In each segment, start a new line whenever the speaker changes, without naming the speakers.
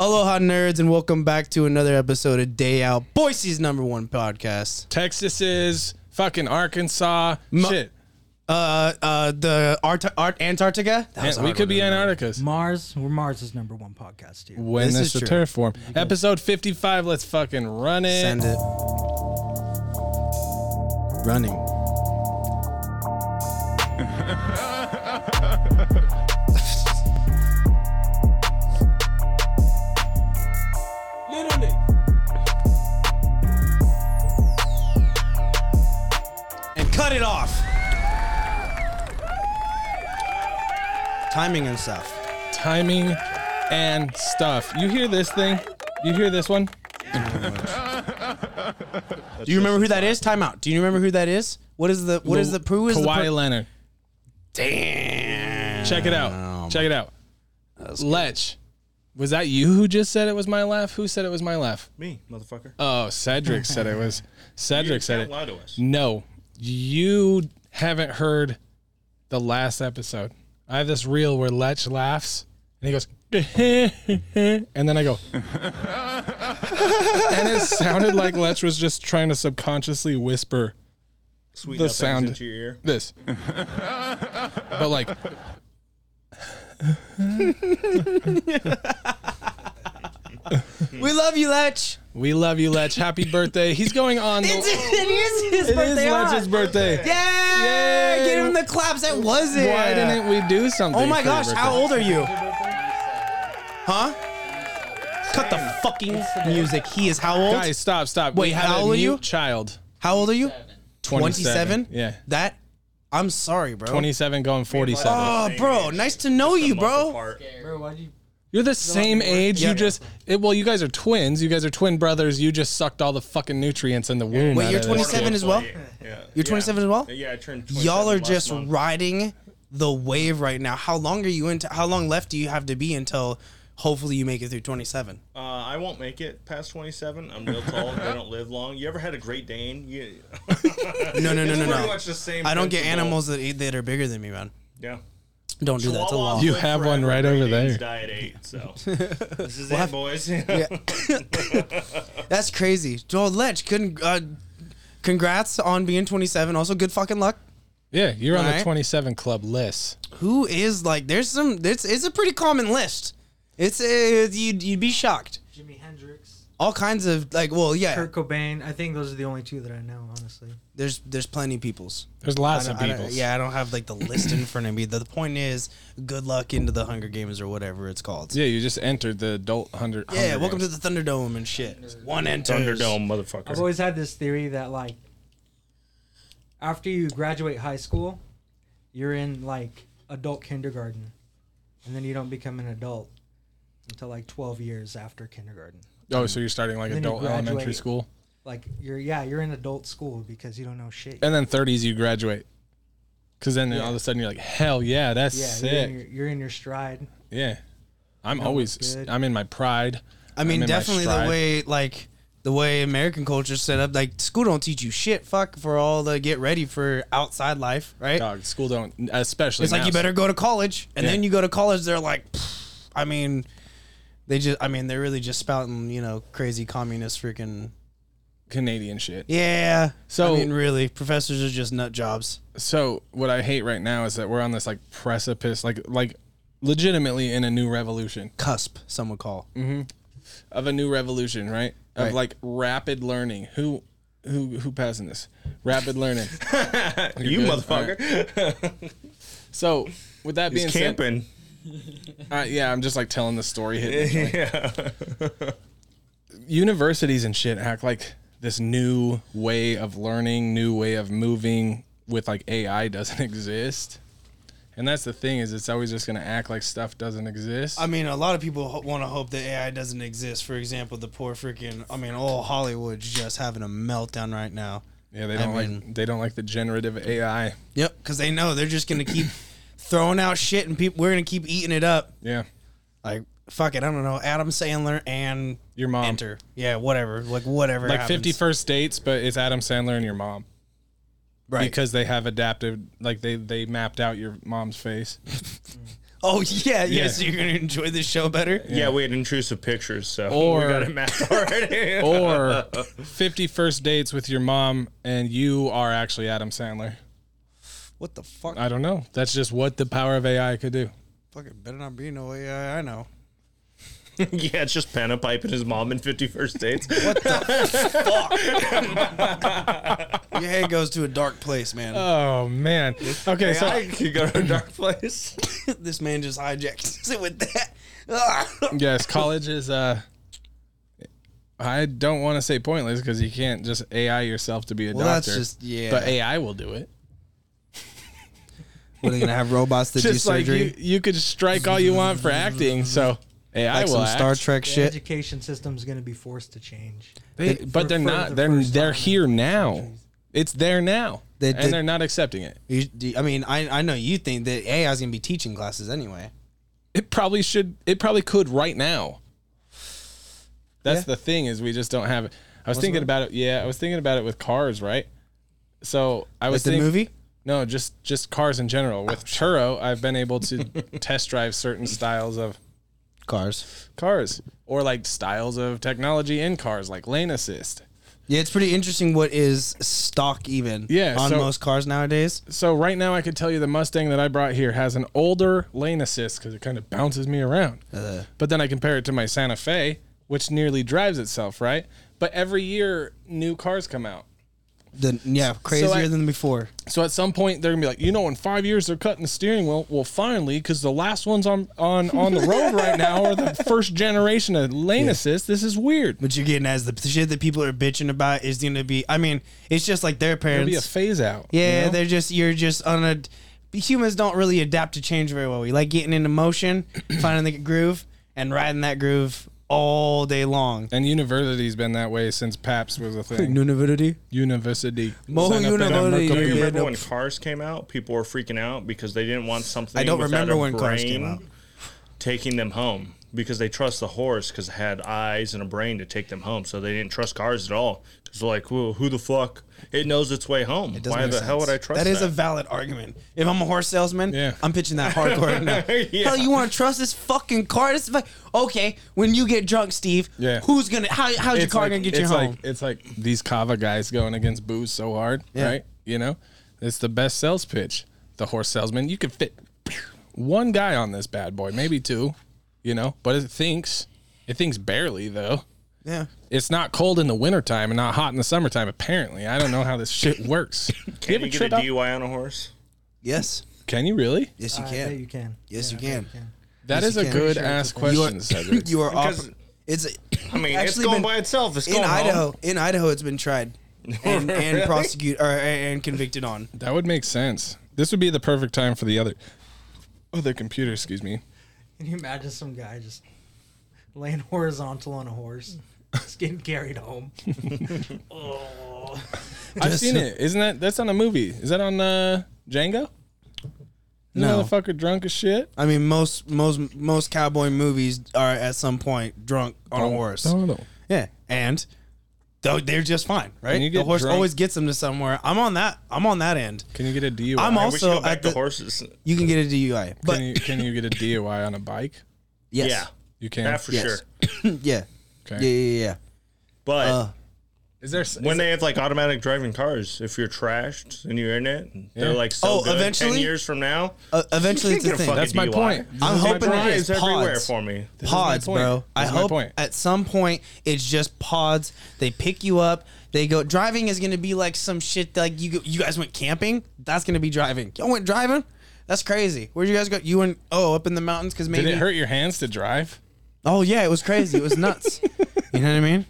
Aloha, nerds, and welcome back to another episode of Day Out, Boise's number one podcast.
Texas is fucking Arkansas.
Mo-
Shit,
Uh, uh, the Art, Art Antarctica. That was a
we
hard
could
one
be
to remember.
Antarctica's.
Mars, we're Mars' number one podcast here.
When
This
this,
is
the
true.
turf form. Episode fifty-five. Let's fucking run it.
Send it. Running.
Literally.
And cut it off. Timing and stuff.
Timing and stuff. You hear this thing? You hear this one?
Do you remember who that is? Time out. Do you remember who that is? What is the what is the who is the
Kawhi
per-
Leonard.
Damn.
Check it
Um,
out. Check it out. Lech. Was that you who just said it was my laugh? Who said it was my laugh?
Me, motherfucker.
Oh, Cedric said it was. Cedric said
Don't
it.
lie to us.
No, you haven't heard the last episode. I have this reel where Lech laughs and he goes, and then I go, and it sounded like Lech was just trying to subconsciously whisper
Sweet
The
nothings
sound.
into your ear.
this, but like,
We love you, Lech.
we love you, Lech. Happy birthday. He's going on. The,
It's, it is his
it is
birthday.
Lech's
huh?
birthday.
Yeah,
Yay.
give him the claps. That was it.
Why didn't we do something?
Oh my
for your
gosh, how
birthday?
old are you? Huh? Cut the fucking music. He is how old?
Guys, stop, stop.
Wait,
we have
how
a
old are
mute
you?
Child.
How old are you? 27?
Yeah.
That I'm sorry, bro.
27 going 47.
Oh, bro, nice to know you, bro.
Bro, why'd you?
You're the same age.
Yeah.
You just it, well, you guys are twins. You guys are twin brothers. You just sucked all the fucking nutrients in the womb.
Wait,
out
you're
of this
27
kid.
as well?
Yeah. Uh,
You're 27 as well?
Yeah, I turned 27
Y'all are
last
just
month.
riding the wave right now. How long are you into how long left do you have to be until hopefully you make it through 27?
Uh, I won't make it past 27. I'm real tall. they don't live long. You ever had a Great Dane? You,
No, no, no, no,
Pretty
no.
much the same
I don't get
principle.
animals that eat that are bigger than me, man.
Yeah.
Don't do that. It's a
Chihuahuas
law.
You
live
have
forever.
one right
Great
over there.
Danes Die at eight. So this is it, boys.
That's crazy. Joel Lech, con- uh, congrats on being 27. Also, good fucking luck.
Yeah, you're on
Right.
the 27 club list.
Who is like? There's some. It's it's a pretty common list. It's uh, you'd you'd be shocked.
Jimi Hendrix,
All kinds of like. Well, yeah.
Kurt Cobain. I think those are the only two that I know, honestly.
There's there's plenty of peoples.
There's
I
lots
don't-
of
I don't-
people.
yeah, I don't have like the list in front of me. The, the point is, good luck into the Hunger Games or whatever it's called.
Yeah, you just entered the adult 100.
Yeah, welcome to the Thunderdome and shit. One enters.
Thunderdome,
I've
motherfucker.
always had this theory that like, after you graduate high school, you're in like adult kindergarten, and then you don't become an adult until like 12 years after kindergarten.
Oh, so you're starting like
Then you
adult elementary
graduate.
school.
Like you're yeah you're in adult school because you don't know shit.
And then 30s you graduate. Cuz then
Yeah.
all of a sudden you're like, "Hell yeah, that's
yeah, you're
sick."
in, your, you're in your stride.
yeah. I'm
That
always
was good.
I'm in my pride.
I mean,
I'm in my
definitely the
stride.
way like the way American culture's set up. Like school don't teach you shit. Fuck for all the get ready for outside life, right?
Dog, school don't especially
it's like
now.
you better go to college, and
Yeah.
then you go to college. They're like, pfft, I mean, they just, I mean, they're really just spouting, you know, crazy communist freaking.
Canadian shit.
Yeah.
So-
I mean, really, professors are just nut jobs.
so what I hate right now is that we're on this like precipice, like like legitimately in a new revolution
Cusp, some would call.
Mm-hmm. of a new revolution, right? Of
Right.
like rapid learning. Who who who passing this? Rapid learning.
You
good.
motherfucker.
So with that being
He's camping.
said, uh, yeah, I'm just like telling the story. Hit
yeah.
universities and shit act like this new way of learning, new way of moving with like AI doesn't exist. And that's the thing is it's always just gonna act like stuff doesn't exist.
I mean, a lot of people ho- want to hope that AI doesn't exist. For example, the poor freaking, I mean, all Hollywood's just having a meltdown right now.
yeah, they
I
don't
mean-
like they don't like the generative AI.
Yep, because they know they're just gonna keep throwing out shit, and people we're gonna keep eating it up.
Yeah.
Like fuck it, I don't know. Adam Sandler and
Your mom.
Enter, yeah, whatever. Like whatever.
Like
happens.
fifty first dates, but it's Adam Sandler and your mom.
right?
Because they have adapted like they they mapped out your mom's face.
Oh yeah, yeah.
Yeah.
So you're gonna enjoy this show better.
Yeah, we had intrusive pictures, so
Or-
we got it mapped already.
or 50 first dates with your mom and you are actually Adam Sandler.
What the fuck?
I don't know. That's just what the power of AI could do.
Fucking better not be no AI. I know.
yeah, it's just Panna Pipe and his mom in 51st Dates.
Your head goes to a dark place, man.
Oh man. Okay, so
I could go to a dark place.
this man just hijacked it with that. Ah.
yes, college is uh I don't want to say pointless because you can't just AI yourself to be a
Well, that's
doctor.
just- yeah.
But AI will do it.
what are they gonna have robots that do
Just like
surgery?
you, you could strike all you want for acting, so AI
like
will
some
act.
Star Trek
The
shit.
education system's going to be forced to change.
They-
They-
but
for-
they're
for
not.
the
they're
first
they're
time in
here now.
centuries.
It's there now,
They- they-
and they're not accepting it.
You- do- I mean, I I know you think that AI is gonna be teaching classes anyway.
It probably should. It probably could right now. That's
Yeah.
the thing is we just don't have it. I was thinking about it. Yeah, I was thinking about it with cars, right? So I
Like
was
the
think-
movie.
No, just just cars in general. With Turo, I've been able to test drive certain styles of
Cars.
cars or like styles of technology in cars, like lane assist.
Yeah, it's pretty interesting what is stock even
Yeah,
on
so-
most cars nowadays.
So right now, I could tell you the Mustang that I brought here has an older lane assist because it kind of bounces me around.
Uh.
But then I compare it to my Santa Fe, which nearly drives itself, right? But every year, new cars come out.
The, yeah, crazier
I-
than before.
So at some point, they're gonna be like, you know, in five years they're cutting the steering wheel. Well, finally, because the last ones on on on the road right now are the first generation of lane assist. This is weird.
What you're getting as the shit that people are bitching about is gonna be. I mean, it's just like their
It'll
parents.
be a phase out. you
Yeah,
know?
they're just you're just on a. Humans don't really adapt to change very well. We like getting into motion, finding the groove, and riding that groove all day long.
and university's been that way since PAPS was a thing.
Nunavutity.
University.
Mo
Sign up in
university.
America.
Do you
Yeah,
remember
no.
when Cars came out? People were freaking out because they didn't want something.
I don't
without
remember
a
when Cars came
brain
out.
Taking them home because they trust the horse because it had eyes and a brain to take them home, so they didn't trust cars at all. It's like, well, who the fuck? It knows its way home.
Doesn't
Why
make
the hell
sense.
would I trust
That
that?
is a valid argument. If I'm a horse salesman,
Yeah.
I'm pitching that hardcore right now.
Yeah.
Hell, you want to trust this fucking car? This fuck- okay, when you get drunk, Steve,
Yeah.
who's gonna how, how's your
It's
car
like-
gonna get
it's
you
like,
home?
It's like these Kava guys going against booze so hard,
Yeah.
right? You know, it's the best sales pitch. The horse salesman, you could fit one guy on this bad boy, maybe two, you know, but it thinks, it thinks barely though.
yeah.
It's not cold in the wintertime and not hot in the summertime, apparently. I don't know how this shit works.
Can you,
ever
get
trip
a
out-
DUI on a horse?
Yes.
Can you really?
Yes, you
I
can.
bet Uh, you can.
Yes, you
I bet
can.
That
Yes,
is
you
a
can.
good
Sure,
ass
You
question,
are,
Cedric.
you are
Because-
off. It's.
I mean, it's
actually
going
been-
by itself. It's going
in
home.
Idaho, in Idaho, it's been tried and, and
Really?
prosecute or and convicted on.
That would make sense. This would be the perfect time for the other, other computer. Excuse me.
Can you imagine some guy just laying horizontal on a horse, just getting carried home? oh.
I've
Just-
seen it. Isn't that that's on a movie? Is that on uh, Django?
No.
motherfucker drunk as shit
I mean, most most most cowboy movies are at some point drunk on a horse. Yeah, and though they're just fine,
When you
right? The
get
horse
drunk-
always gets them to somewhere. I'm on that. I'm on that end.
Can you get a DUI?
I'm
I
all-
wish we
also
go back
at
to
the-
horses.
You can get a DUI, but
can you can you get a DUI on a bike?
yes,
Yeah,
You can.
that for
Yes.
sure.
yeah.
Okay.
yeah, yeah, yeah,
But
yeah. Uh,
Is there s-
when
is-
they have like automatic driving cars, if you're trashed and you're in it, they're
Yeah.
like so
Oh,
good.
eventually-
ten years from now,
uh, eventually, it's a
can't get a
thing.
fucking
That's my
DUI.
point.
I'm
This is my
hoping it
point.
is.
drives everywhere
pods.
for me.
This is my
pods,
point.
bro. I
This is my
hope
point.
at some point it's just pods. They pick you up. They go driving is gonna be like some shit like you you guys went camping. That's gonna be driving. Y'all went driving. That's crazy. Where'd you guys go? You went oh up in the mountains because
Did
maybe
it hurt your hands to drive?
oh yeah it was crazy. It was nuts. you know what I mean?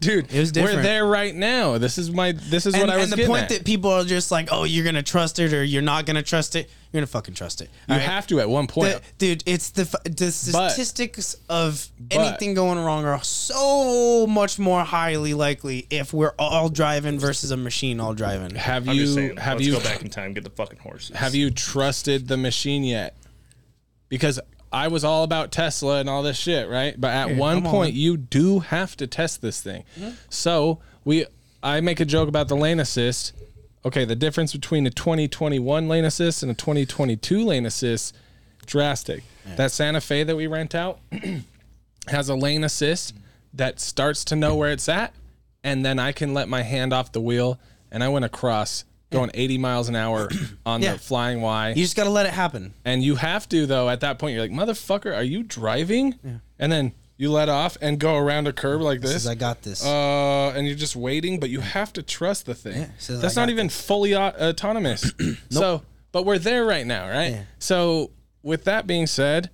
Dude,
It was different.
we're there right now. This is my this is
And,
what I was
and the
getting
point
at.
that people are just like oh you're gonna trust it or you're not gonna trust it. You're gonna fucking trust it.
you
All right?
have to at one point.
The- dude, it's the f- the statistics of anything going wrong are so much more highly likely if we're all driving versus a machine all driving.
have
I'm just
you
saying.
have
let's
you
go back in time, get the fucking horses.
have you trusted the machine yet? Because I was all about Tesla and all this shit, right? But at one
come
point,
on. Mm-hmm.
you do have to test this thing. So we, I make a joke about the lane assist. Okay, the difference between a 2021 lane assist and a 2022 lane assist drastic. That Santa Fe that we rent out has a lane assist that starts to know where it's at, and then I can let my hand off the wheel, and I went across going 80 miles an hour on
Yeah.
the flying Y.
You just got to let it happen.
And you have to though. At that point, you're like, "Motherfucker, are you driving?" And then you let off and go around a curb like this.
Says I got this.
uh, and you're just waiting, but you have to trust the thing.
says,
That's
"I
not
got
even fully au- autonomous. So, but we're there right now, right?
Yeah.
So, with that being said,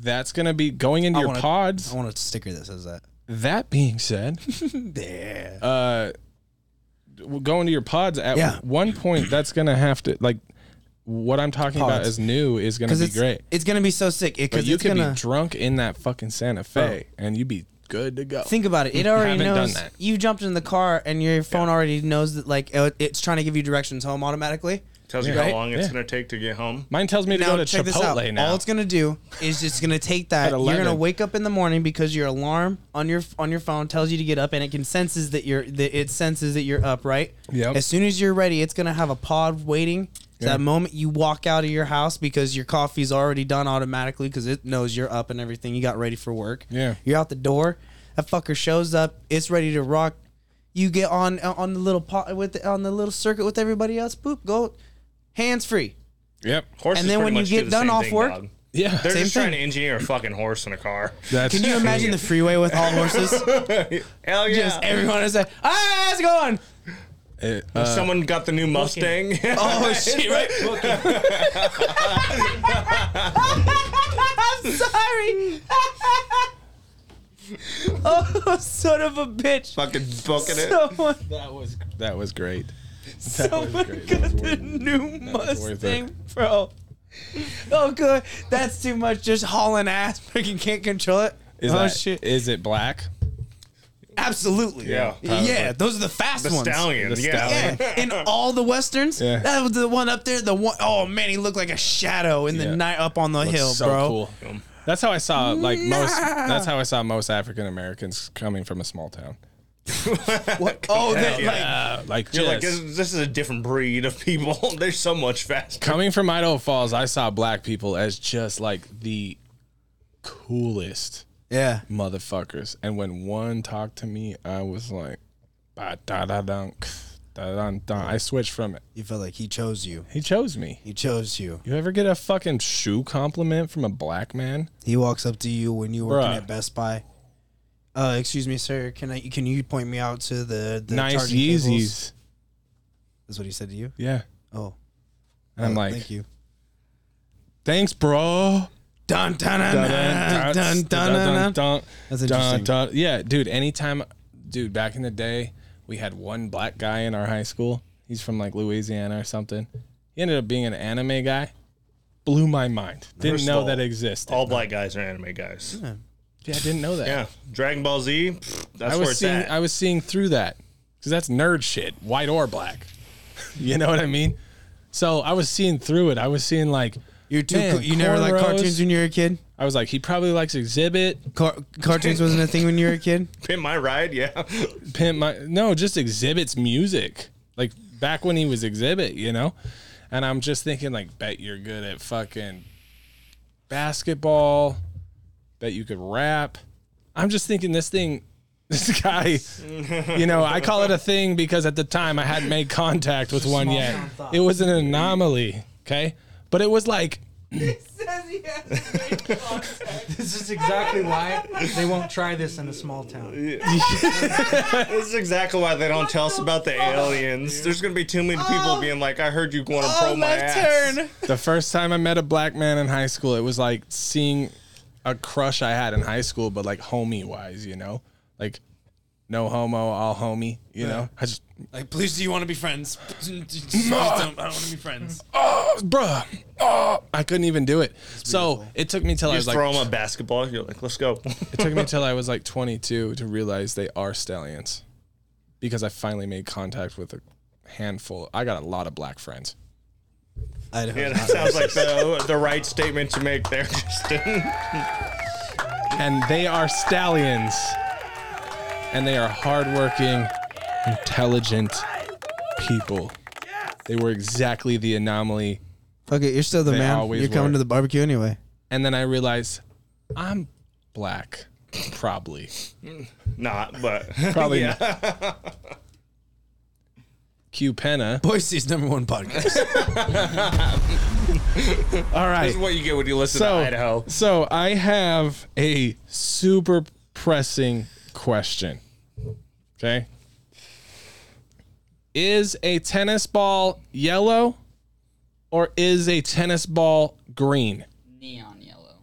that's gonna be going into your
wanna-
pods.
I want a sticker that says that. Uh,
That being said,
Yeah.
going to your pods at
Yeah.
one point, that's gonna have to like what I'm talking about
Pods.
is new is gonna be
it's
great.
It's gonna be so sick. It,
But
Cause
you
it's
could
gonna
be drunk in that fucking Santa Fe and you'd be good to go.
think about it. It already
haven't done
knows
that.
you jumped in the car, and your phone already knows that like it- it's trying to give you directions home automatically.
Tells you
Yeah.
how long it's
Yeah.
gonna take to get home.
Mine tells me to
Now
go to
check this out.
Chipotle now.
All it's gonna do is it's gonna take that.
At
You're gonna
11.
wake up in the morning because your alarm on your on your phone tells you to get up, and it can senses that you're that it senses that you're up, right?
Yep.
As soon as you're ready, it's gonna have a pod waiting. That moment you walk out of your house because your coffee's already done automatically because it knows you're up and everything. You got ready for work.
Yeah.
You're out the door. That fucker shows up. It's ready to rock. You get on on the little pot with on the little circuit with everybody else. Boop, go, hands free.
yep.
Horses
And then
pretty
when you
much
get
do the
done
same
off
thing,
work-
dog.
Yeah.
they're
Same
just trying to
thing.
engineer a fucking horse in a car.
That's
Can you imagine the freeway with all horses?
Hell yeah!
Just everyone is like, ah, how's it going?
it, uh,
Someone got the new Mustang.
Oh shit, right? I'm sorry. oh, son of a bitch.
fucking booking it.
Someone,
that was great.
someone
great.
got
That was
the
worth it.
new
was worth
Mustang, bro. Oh, good. That's too much. Just hauling ass. Freaking can't control it.
Is
oh
that-
shit!
is it black?
Absolutely.
Yeah.
Yeah. Those are the fast
The
ones.
stallion.
The
yeah.
stallion.
Yeah, in all the westerns.
Yeah.
That was the one up there. The one oh man, he looked like a shadow in the
Yeah.
night up on the hill,
so
bro.
cool. That's how I saw like most that's how I saw most African Americans coming from a small town.
What? Oh, that,
Yeah. Like,
You're like,
just-
this, this is a different breed of people. They're so much faster.
coming from Idaho Falls, I saw black people as just like the coolest
yeah.
motherfuckers. And when one talked to me, I was like, ba da da dunk, da dun dun. I switched from it.
You felt like he chose you.
He chose me.
He chose you.
You ever get a fucking shoe compliment from a black man?
He walks up to you when you working
Bruh.
at Best Buy. Uh, excuse me, sir. Can I? Can you point me out to the, the
nice
charging
Yeezys.
cables? That's what he said to you.
Yeah.
Oh,
And I'm
oh,
like,
thank you.
thanks, bro.
Dun dun dun dun
Dun,
dun
dun, dun,
dun
dun,
dun.
dun.
That's
Dun,
interesting.
dun. Yeah, dude, anytime, dude, back in the day, we had one black guy in our high school. He's from like Louisiana or something. He ended up being an anime guy. Blew my mind. Didn't
First of
know
all,
that existed.
All black guys are anime guys. Yeah.
yeah, I didn't know that.
Dragon Ball Z, pfft, that's
I
where
was
it's
seeing
at.
I was seeing through that because that's nerd shit, white or black. you know what I mean? So I was seeing through it. I was seeing like
You're too.
Man,
cool. You never liked
cornrows.
cartoons when you were a kid.
I was like he probably likes Exhibit,
Car- cartoons wasn't a thing when you were a kid.
Pin my ride, yeah.
Pimp My no, just Exhibit's music. Like back when he was Exhibit, you know. And I'm just thinking like, bet you're good at fucking basketball. Bet you could rap. I'm just thinking this thing. This guy, you know, I call it a thing because at the time I hadn't made contact with one
small
yet.
town thought.
It was an anomaly, okay? But it was like
This is exactly why they won't try this in a small town.
this is exactly why they don't tell us about the aliens. There's gonna be too many people being like, I heard you want to pro my ass.
the first time I met a black man in high school, it was like seeing a crush I had in high school, but like homie wise, you know, like no homo, all homie, you know. I just,
Like, please, do you want to be friends? Please don't- I don't want to be friends.
oh, bruh, oh, I couldn't even do it. So it took me till I
You
was
just throw
like,
them a basketball. You're like, let's go.
it took me till I was like 22 to realize they are stallions, because I finally made contact with a handful. I got a lot of black friends.
Idaho.
yeah, that sounds like the, the right statement to make there, Justin.
and they are stallions. And they are hardworking, intelligent people. They were exactly the anomaly
Fuck it, you're still the
They
man.
always
You're coming
were.
to the barbecue anyway.
And then I realized I'm black. Probably.
Not, but
Probably not. Q Penna.
Boise's number one podcast.
All right.
this is what you get when you listen
so,
to Idaho.
So I have a super pressing question. Okay. Is a tennis ball yellow or is a tennis ball green?
Neon yellow.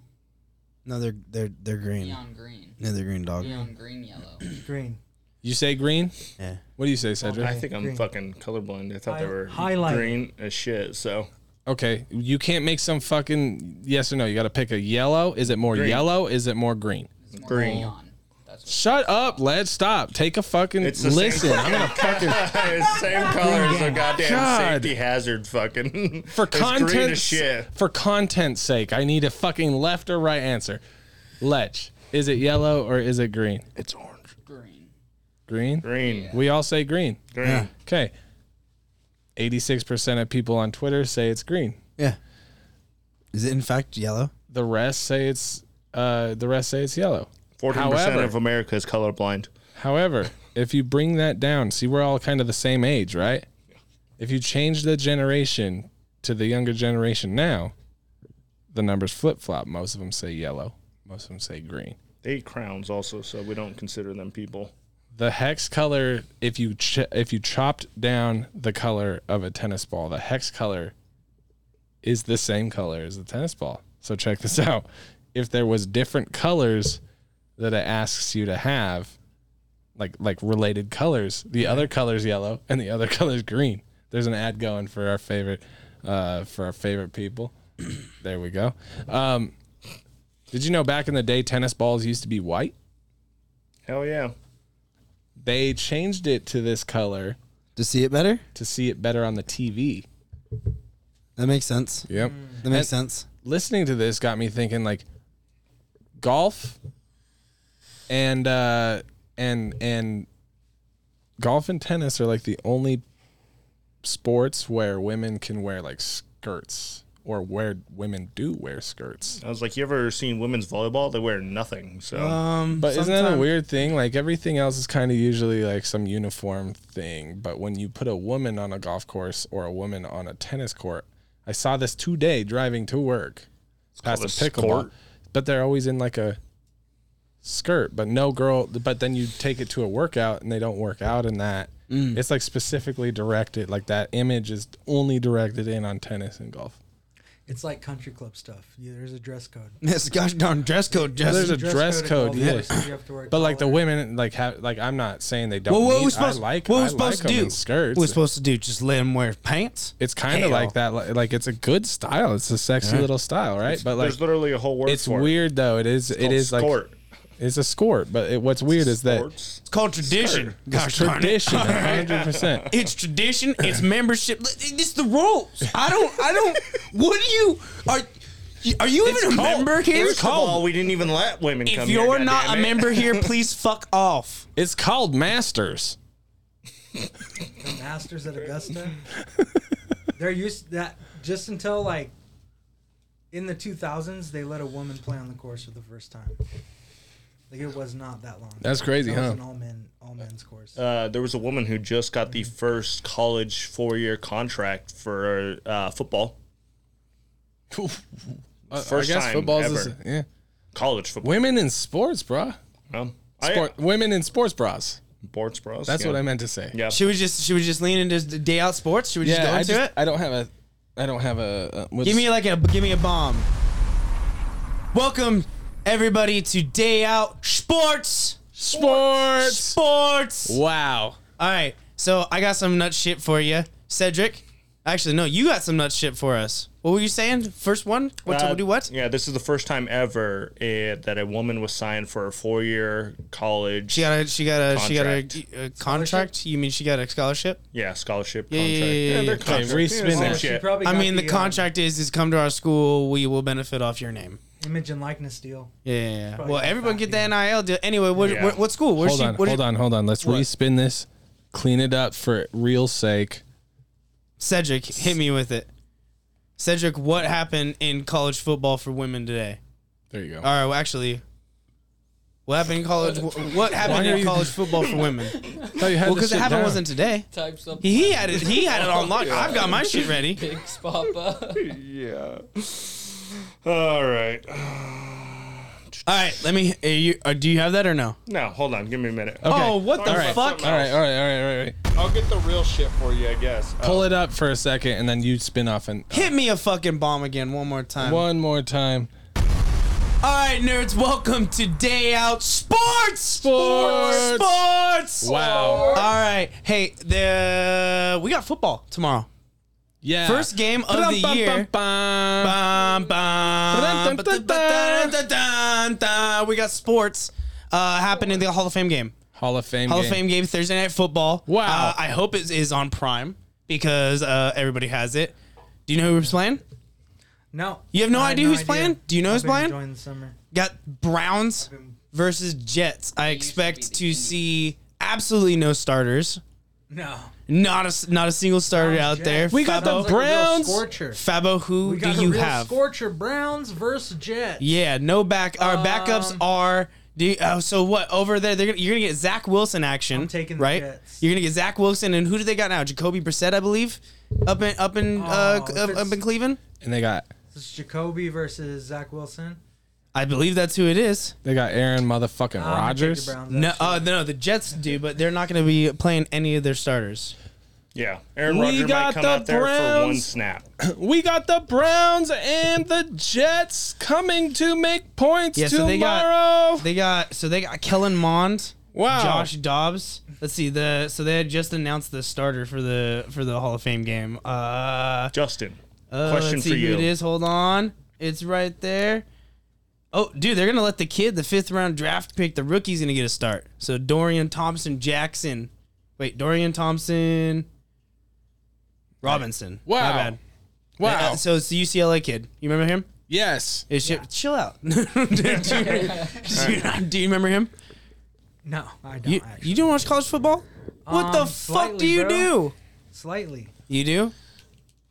no, they're they're they're green.
Neon green.
No, they're green dog.
Neon green yellow.
Green.
You say green?
Yeah.
What do you say, Cedric?
I think I'm
Green.
fucking colorblind. I thought they
Hi-
were
highlighted.
green as shit. So
okay. You can't make some fucking yes or no. You got to pick a yellow. Is it more
Green.
yellow? Is it more green?
It's more
Green.
Neon. That's
Shut up. Let's stop. Take a fucking
it's the
listen.
Same,
I'm gonna fucking
It's same color as a goddamn
God.
safety hazard. Fucking
for
It's
content's
green as shit.
for content's sake, I need a fucking left or right answer. Lech, is it yellow or is it green?
It's orange.
what- green.
Green.
Green,
We all say green.
green.
Okay. Eighty-six percent of people on Twitter say it's green.
Yeah. Is it in fact yellow?
The rest say it's uh, the rest say it's yellow.
Fourteen percent
However-
of America is colorblind.
However, if you bring that down, see, we're all kind of the same age, right? If you change the generation to the younger generation now, the numbers flip flop. Most of them say yellow. Most of them say green.
They eat crowns also, so we don't consider them people.
the hex color if you ch- if you chopped down the color of a tennis ball the hex color is the same color as the tennis ball so check this out if there was different colors that it asks you to have like like related colors the other color's yellow and the other color's green there's an ad going for our favorite uh for our favorite people there we go um did you know back in the day tennis balls used to be white
Hell yeah.
they changed it to this color
To see it better?
to see it better on the TV.
That makes sense.
Yep.
That makes sense.
Listening to this got me thinking like golf and uh and and golf and tennis are like the only sports where women can wear like skirts or where women do wear skirts.
I was like, you ever seen women's volleyball? They wear nothing. So
Uh,
Um,
But isn't that a
sometime-
weird thing? Like everything else is kind of usually like some uniform thing, but when you put a woman on a golf course or a woman on a tennis court, I saw this today driving to work past
called
a
a
pickleball,
skirt.
but they're always in like a skirt. But no girl. But then you take it to a workout and they don't work out in that.
Mm.
It's like specifically directed. Like that image is only directed in on tennis and golf.
It's like country club stuff. Yeah, there's a dress code.
This gosh darn dress code, Justin.
There's a dress
at
code,
golf
yeah.
courses, you have to wear a
But like the
collar.
women, like have like I'm not saying they don't.
well, what
need-
we're supposed,
I like
what
I
we're supposed
like
to
'em in
do?
skirts.
What we're supposed to do? Just let him wear pants.
It's kind of like that. Like, like, it's a good style. It's a sexy little style, right? but like
there's literally a whole word
it's
for it.
weird though. It is. it
called
is like
skort.
it's a skort. But it, what's weird is that
Sports.
It's called tradition. Gosh
it's
darn it.
tradition, hundred percent.
It's tradition. It's membership. It's the rules. I don't. I don't. What do you are? Are you even a member here?
First of all, we didn't even let women
If
come
you're
here,
not a
goddammit.
member here, please fuck off.
It's called masters.
Masters at Augusta. They're used that just until like in the 2000s they let a woman play on the course for the first time. Like it was not that long.
That's crazy,
that
huh?
Was an all men all men's course.
uh, there was a woman who just got the first college four year contract for uh, football.
Uh,
First
I guess
time
football's is-
ever.
yeah.
College football.
Women in sports, bra.
Um,
Sport, women in sports bras.
I, sports bros.
That's
yeah.
what I meant to say.
Yeah.
She was just. She was just leaning into the day out sports. Should we just go
I,
into
just,
it?
I don't have a. I don't have a. a
Give me like a. Give me a bomb. Welcome everybody to day out sports.
sports.
Sports.
Wow.
All right. So I got some nut shit for you, Cedric. Actually, no, you got some nut shit for us. What were you saying? First one? What
Uh,
do what?
Yeah, this is the first time ever eh, that a woman was signed for a four year college.
She got a she got a she got a, a contract. You mean she got a scholarship?
Yeah, scholarship
Yeah, yeah, yeah,
contract.
yeah,
they're
yeah.
contract.
Okay, re-spin
Yeah,
that.
same shit.
probably
I
got
mean, the
E
um,
contract is is come to our school. We will benefit off your name.
image and likeness deal.
Yeah. yeah, yeah.
Probably
Well,
got
everyone
that,
get the NIL deal. Anyway, what
Yeah.
what, what school? Where's
hold
she?
on,
what
hold
is-
on, hold on. Let's
What?
re-spin this, clean it up for real sake.
Cedric, hit me with it. Cedric, what happened in college football for women today?
There you go.
All right, well, actually, what happened in college? What happened
are
in
you-
college football for women?
thought you had
Well, because
this
it
shit
happened
down.
wasn't today.
Type something.
He had it. He had it on lock. I've got my shit ready.
Pigs pop up.
Yeah. All right.
All right, let me. Are you, uh do you have that or no?
Now, hold on. Give me a minute.
Okay.
Oh, what the
All right.
fuck?
All right, all right, all right, all right.
I'll get the real shit for you, I guess. Uh,
Pull it up for a second, and then you spin off and
Hit me a fucking bomb again one more time.
one more time.
All right, nerds, welcome to Day Out Sports.
Sports.
Sports.
Wow.
All right, hey, the we got football tomorrow.
Yeah.
First game of the year.
Bum,
Bum, bum, ba-da-da-da-da-da-da. We got sports uh, happening in the Hall of Fame game.
Hall of Fame.
Hall
game.
of Fame game Thursday night football.
Wow.
Uh, I hope it is on Prime because uh, everybody has it. Do you know who's playing?
No.
You have no
I had
idea who's playing? Do you know
I've
who's
been
playing?
enjoying the summer.
Got Browns
been-
versus Jets. I
used to be
expect
the
to
Indians.
see absolutely no starters.
No.
Not a s- not a single starter out there.
We got the
Fabo,
Bra- Browns.
scorcher.
Fabo, who
We got
do
a
you
real
have?
scorcher. Browns versus Jets.
Yeah, no back. Our backups
Um,
are. Do you, oh, so what over there? They're gonna, you're gonna get Zach Wilson action.
I'm taking the
right.
Jets.
You're gonna get Zach Wilson, and who do they got now? Jacoby Brissett, I believe, up in up in uh,
Oh,
c-
if
up,
it's-
up in Cleveland.
And they got
It's Jacoby versus Zach Wilson.
I believe that's who it is.
they got Aaron motherfucking
I'm gonna take the
Rodgers.
Browns,
No,
actually.
uh, no, the Jets do, but they're not gonna be playing any of their starters.
yeah. Aaron
We
Rodgers
got
might come
the
out there for one
Browns.
snap.
We got the Browns and the Jets coming to make points
Yeah, so
tomorrow.
they got- They got so they got Kellen Mond,
wow.
Josh Dobbs. Let's see the so they had just announced the starter for the for the Hall of Fame game. Uh,
Justin,
Uh,
question
let's
for
see who
you.
it is. Hold on, it's right there. Oh, dude, they're gonna let the kid, the fifth round draft pick, the rookie's gonna get a start. So Dorian Thompson Jackson, wait, Dorian Thompson Robinson.
Wow.
My bad.
wow.
Uh, so it's the UCLA kid. You remember him?
yes.
It's ju- chill out. do, you, do you remember him?
No, I don't
You,
actually.
you didn't watch college football? What the fuck
Um,
do
slightly,
you
bro.
do?
Slightly.
You do?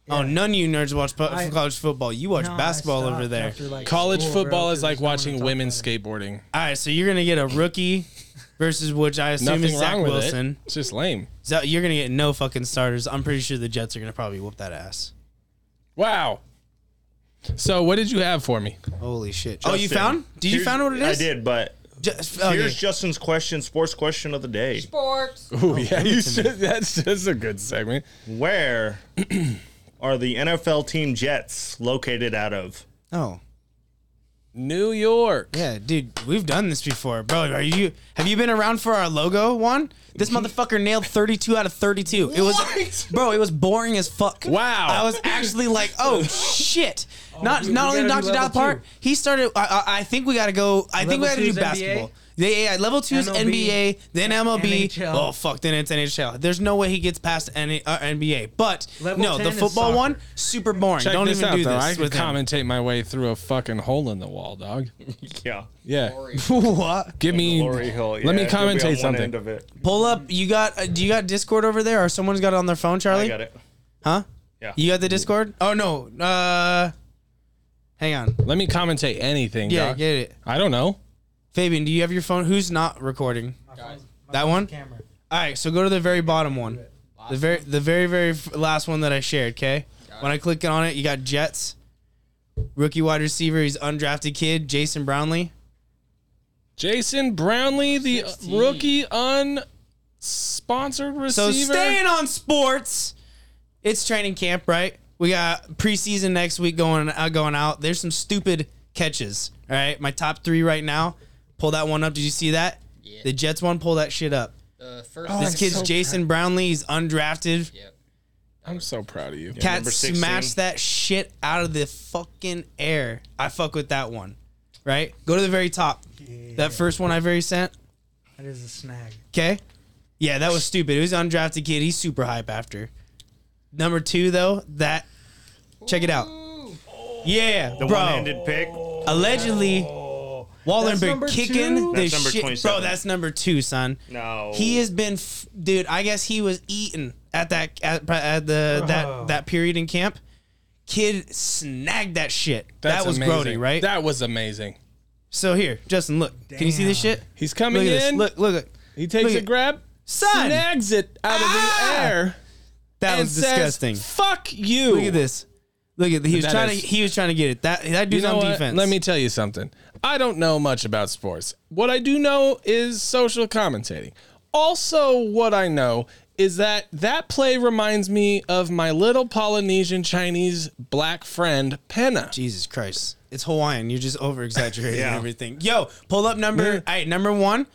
Oh, none of you nerds watch po-
I-
college football. You watch
No, I
basketball over
stopped
there.
after, like,
College
school, bro,
football
'cause
is like
no one to
watching
talk
women
about it.
skateboarding.
All right, so you're gonna get a rookie versus which I assume
Nothing
is Zach
wrong with
Wilson.
it. It's just lame.
So you're gonna get no fucking starters. I'm pretty sure the Jets are gonna probably whoop that ass.
Wow. So what did you have for me?
Holy shit! oh, you
Justin,
found? Did you
here's-
find what it is? Oh,
I did, but
Just, okay.
here's Justin's question, sports question of the day.
Sports.
Oh,
Ooh, yeah, you should, that's just a good segment.
Where are the NFL team Jets located out of?
oh
New York.
yeah, dude, we've done this before, bro. Are you? Have you been around for our logo one? This motherfucker nailed 32 out of 32. It was, bro, it was boring as fuck.
Wow.
I was actually like, oh shit. Not
Oh, we- we
not only
gotta do
knocked it out of the
level
park,
two.
he started. I, I I think we got to go. I think
Level
we got to
two
do
is NBA?
basketball. They, yeah, level two is
MLB,
NBA, then MLB.
NHL.
Oh fuck, then it's NHL. There's no way he gets past any, uh, NBA. But
Level
no,
10
the
is
football
soccer.
one, super boring.
Check
Don't
this
even
out,
do
though.
this
I could
with him.
commentate my way through a fucking hole in the wall, dog.
Yeah.
Yeah.
Glory.
what?
Give me.
Glory Hill.
let me
yeah, it'll be on
commentate
one
something.
end of it.
Pull up. You got? Uh, do you got Discord over there, or someone's got it on their phone, Charlie?
I got it.
Huh?
Yeah.
You got the Discord? Oh no. Uh, hang on.
Let me commentate anything,
Yeah,
dog.
get it.
I don't know.
Fabian, do you have your phone? Who's not recording?
My
Guys.
phone's- my
That
phone's
one?
Camera.
All right, so go to the very bottom one, the very, the very, very f- last one that I shared. Okay,
Got
when
it.
I click on it, you got Jets, rookie wide receiver. He's undrafted kid, Jason Brownlee.
Jason Brownlee, the
16.
rookie unsponsored
So
receiver.
staying on sports, it's training camp, right? We got preseason next week going uh, going out. There's some stupid catches. All right, my top three right now. Pull that one up. Did you see that?
Yeah.
The Jets one. Pull that shit up.
The first.
This kid's Jason Brownlee. He's undrafted.
Yep.
I'm so proud of you.
Cat
number 16.
smashed that shit out of the fucking air. I fuck with that one. Right? Go to the very top. That first one I very sent.
That is a snag.
Okay. Yeah, that was stupid. It was an undrafted kid. He's super hype after. Number two, though, that. Check it out. Yeah,
The
bro.
one-handed pick.
Allegedly,
Oh.
That's number
Wallenberg kicking
two?
the
That's number
shit.
27.
Bro, that's number two, son.
No.
He has been, f- dude. I guess he was eaten at that at, at the
Bro.
that that period in camp. Kid snagged that shit.
That's
that was
amazing.
Grody, right?
That was amazing.
so here, Justin, look. Can you see this
Damn.
shit?
He's
Look
coming
at this.
in.
Look, look. look.
he takes
look
a
at-
grab,
Son!
snags it out
Ah!
of the air,
That
and
was
says,
disgusting.
"Fuck you."
Look at this. Look at he was
That
trying
is-
to he was trying to get it. That that
You
dude's
know
on
what?
defense.
Let me tell you something. I don't know much about sports. What I do know is social commentating. Also, what I know is that that play reminds me of my little Polynesian Chinese black friend Penna.
Jesus Christ. It's Hawaiian. You're just over exaggerating
Yeah.
everything. Yo, pull up number. All right, number one.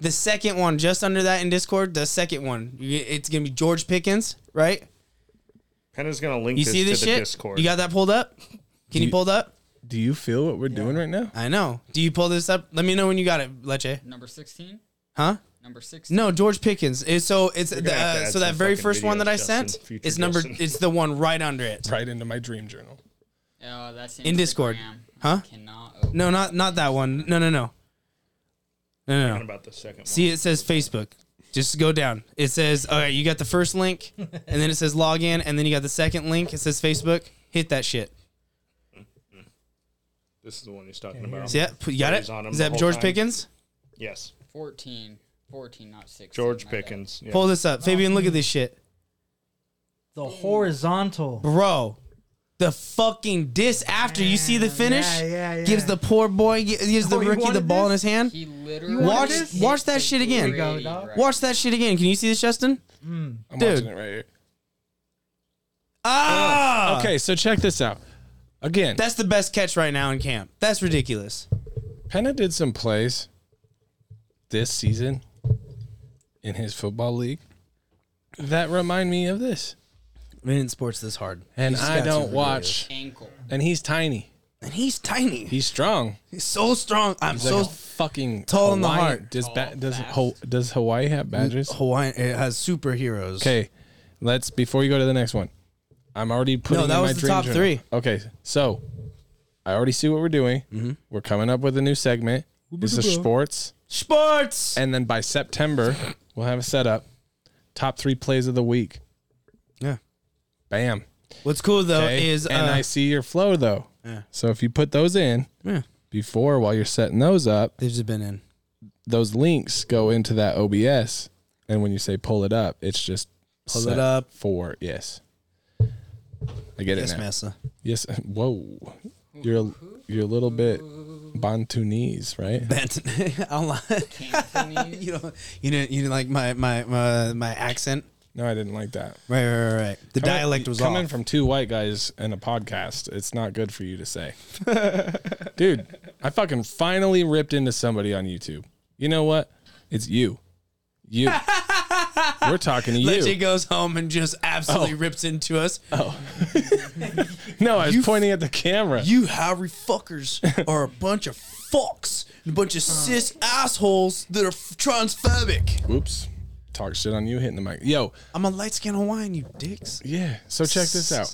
The second one, just under that in Discord, the second one. You- It's going to be George Pickens, right?
Penna's gonna link
You
this
see
to
this
the
shit?
Discord.
You got that pulled up? Can you,
You-
pull it up?
Do you feel what we're doing right now?
I know. Do you pull this up? Let me know when you got it, Leche.
Number 16?
Huh?
Number 16?
No, George Pickens. It's, so it's
gonna
the,
have to
uh,
add
so that
some
very
fucking
first one
videos,
that I
Justin.
sent
Future
is number.
Justin.
It's the one right under it.
Right into my dream journal.
Oh, that's Instagram.
In Discord. Huh?
I cannot open.
No, not not that one. No, no, no. No, no,
Talking
no.
about the second
See, it says Facebook. Just go down. It says, all right, you got the first link, and then it says login, and then you got the second link. It says Facebook. Hit that shit.
one. This is the one he's talking about.
See that? You got
Yeah,
it?
he's on 'em
Is
the
that
whole
George
time.
Pickens?
Yes,
14. 14, not 16.
George
my bad.
Pickens. Yeah.
Pull this up. Fabian, look at this shit.
The horizontal.
Bro, the fucking diss after you see the finish
Yeah, yeah, yeah.
gives the poor boy, gi- gives the
Oh, you
rookie the
wanted
ball in his
this?
hand.
He literally.
Watch-
hit
watch that
the
shit again.
gritty
Here we go, dog.
record.
Watch that shit again. Can you see this, Justin?
I'm
Dude.
watching it right here.
Ah!
Okay, so check this out. Again,
That's the best catch right now in camp. That's ridiculous.
Penna did some plays this season in his football league that remind me of this.
Men in sports this hard.
And
He's
I
got
don't
to
watch.
Ankle.
And he's tiny.
And he's tiny.
He's strong.
He's so strong. I'm
He's
so
like a fucking
tall in the
Hawaiian-
heart. Oh.
Does ba-
Tall,
does
fast.
Ho- does Hawaii have badgers?
Hawaiian. It has superheroes.
Okay, let's before you go to the next one. I'm already putting.
that
in
was
my
the
dream
top
journal.
three.
Okay, so I already see what we're doing.
Mm-hmm.
We're coming up with a new segment. It's the sports,
Sports.
and then by September we'll have a setup. Top three plays of the week.
Yeah.
Bam.
What's cool though
Okay?
is uh,
and I see your flow though.
Yeah.
So if you put those in
yeah,
before while you're setting those up,
they've just been in.
those links go into that OBS, and when you say pull it up, it's just
Pull
set
it up.
for yes. I get
Yes,
it now.
massa.
Yes. Whoa. You're a, you're a little bit Bantunese, right?
That's I don't like
Cantonese.
you know you didn't you didn't like my my my, my accent.
No, I didn't like that.
Right, right, right. right. The dialect was
coming
off.
from two white guys in a podcast. It's not good for you to say, dude. I fucking finally ripped into somebody on YouTube. You know what? It's you. You. We're talking to
Leche
you. Oh.
goes home and just absolutely rips into us.
No, I was pointing at the camera.
You Harry fuckers are a bunch of fucks, and a bunch of cis assholes that are f- transphobic.
Oops. Talk shit on you hitting the mic. Yo,
I'm a light skinned Hawaiian, you dicks.
yeah. So check this out.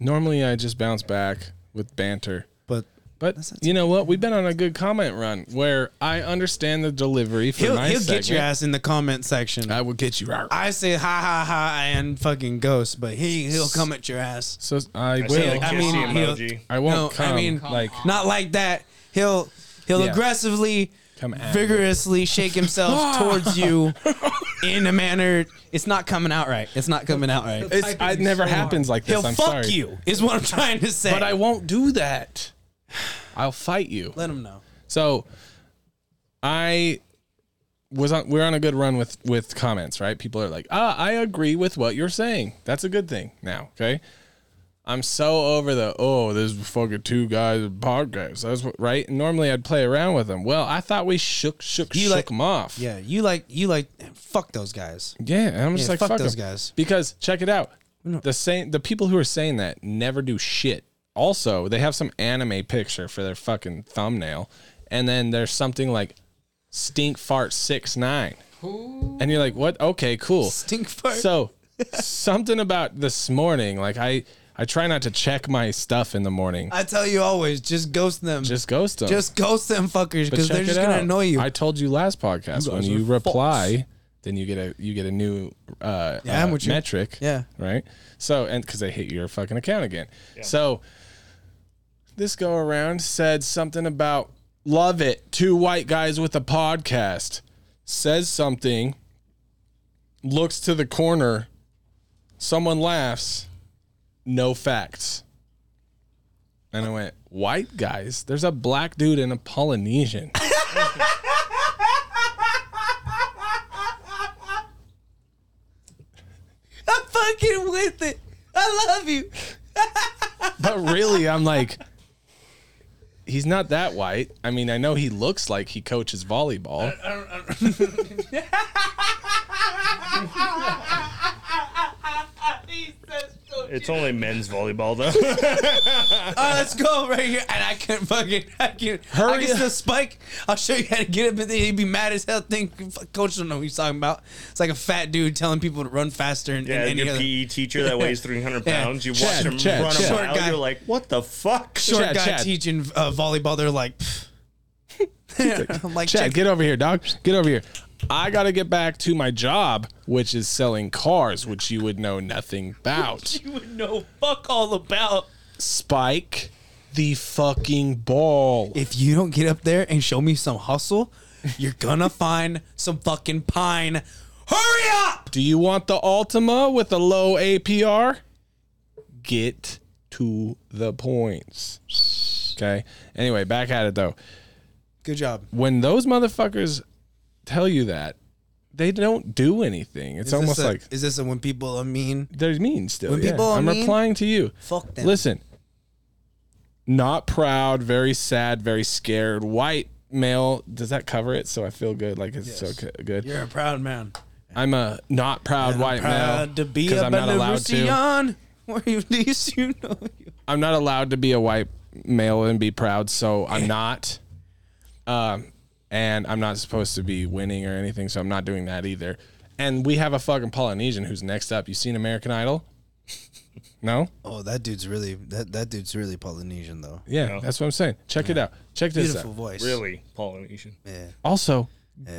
Normally I just bounce back with banter.
But
But
That's- that's
you know what? We've been on a good comment run where I understand the delivery for
he'll,
my
he'll
segment.
get your ass in the comment section.
I will get you.
I say ha ha ha and fucking ghost, but he he'll come at your ass.
So I,
I
will.
see the
I
kissy
mean, he'll-
emoji.
I won't
No, I
come.
mean-
like
Not like that. He'll he'll
Yeah.
aggressively,
Come at
vigorously shake himself towards you in a manner. It's not coming out right. It's not coming out right.
it's, it never happens like this.
He'll
I'm
fuck
sorry.
you. Is what I'm trying to say.
But I won't do that. I'll fight you.
let him know.
So I was on we're on a good run with with comments, right? People are like, "Ah, I agree with what you're saying." That's a good thing now, okay? I'm so over the oh, there's fucking two guys podcast. That's what right? Normally I'd play around with them. Well, I thought we shook shook
You
shook
like-
them off.
Yeah, you like you like fuck those guys.
Yeah, and I'm just
Yeah,
like
fuck
fuck,
those
'em."
guys.
Because check it out, the same the people who are saying that never do shit. Also, they have some anime picture for their fucking thumbnail, and then there's something like stink fart six nine, and you're like, what? Okay, cool.
Stink fart.
So something about this morning, like I I try not to check my stuff in the morning.
I tell you always, just ghost them. Just,
just ghost them.
ghost them fuckers
But
because
check
they're
it
just gonna
out.
annoy you.
I told you last podcast when
guys
you
are
reply then you get a you get a new uh,
Yeah, I'm
uh,
with you.
metric.
Yeah.
Right. So and because they hit your fucking account again. So this go around said something about love it. Two white guys with a podcast says something. Looks to the corner. Someone laughs. No facts. And I went, white guys? There's a black dude and a Polynesian.
I'm fucking with it. I love you.
but really, I'm like, he's not that white. I mean, I know he looks like he coaches volleyball.
It's only men's volleyball though.
All right, let's go right here. And I can fucking, I can, I
Hurry
can still spike. I'll show you how to get up in there. He'd be mad as hell. Think fuck, coach don't know what he's talking about. It's like a fat dude telling people to run faster and,
yeah,
and
your
any other.
PE teacher that weighs 300
Yeah.
pounds. You
Chad,
watch him
Chad,
run a
Chad.
Short
mile.
guy.
You're like, what the fuck?
Short
Chad,
guy
Chad.
teaching uh, volleyball, they're like, I'm like,
Chad,
Chad,
get over here, dog. Get over here. I got to get back to my job, which is selling cars, which you would know nothing about.
you would know fuck all about.
Spike the fucking ball.
If you don't get up there and show me some hustle, you're gonna find some fucking pine. Hurry up!
Do you want the Altima with a low APR? Get to the points. Okay. Anyway, back at it though.
Good job.
when those motherfuckers tell you that, they don't do anything. It's
Is
almost
this a-
like
is this a when people are mean?
they're mean still.
When
yeah.
people are
I'm
mean,
replying to you.
Fuck them.
Listen, not proud, very sad, very scared, white male. Does that cover it? So I feel good. Like it's so so good.
you're a proud man.
I'm a not proud white male
proud to be
because
a
I'm not allowed to.
Belarusian. Where you least you know you.
I'm not allowed to be a white male and be proud. So I'm not. Um, and I'm not supposed to be winning or anything, so I'm not doing that either. And we have a fucking Polynesian who's next up. You seen American Idol? No?
Oh, that dude's really that that dude's really Polynesian though.
Yeah, that's what I'm saying. Check it out. Check this
Beautiful
out.
voice.
Really, Polynesian.
Yeah.
Also,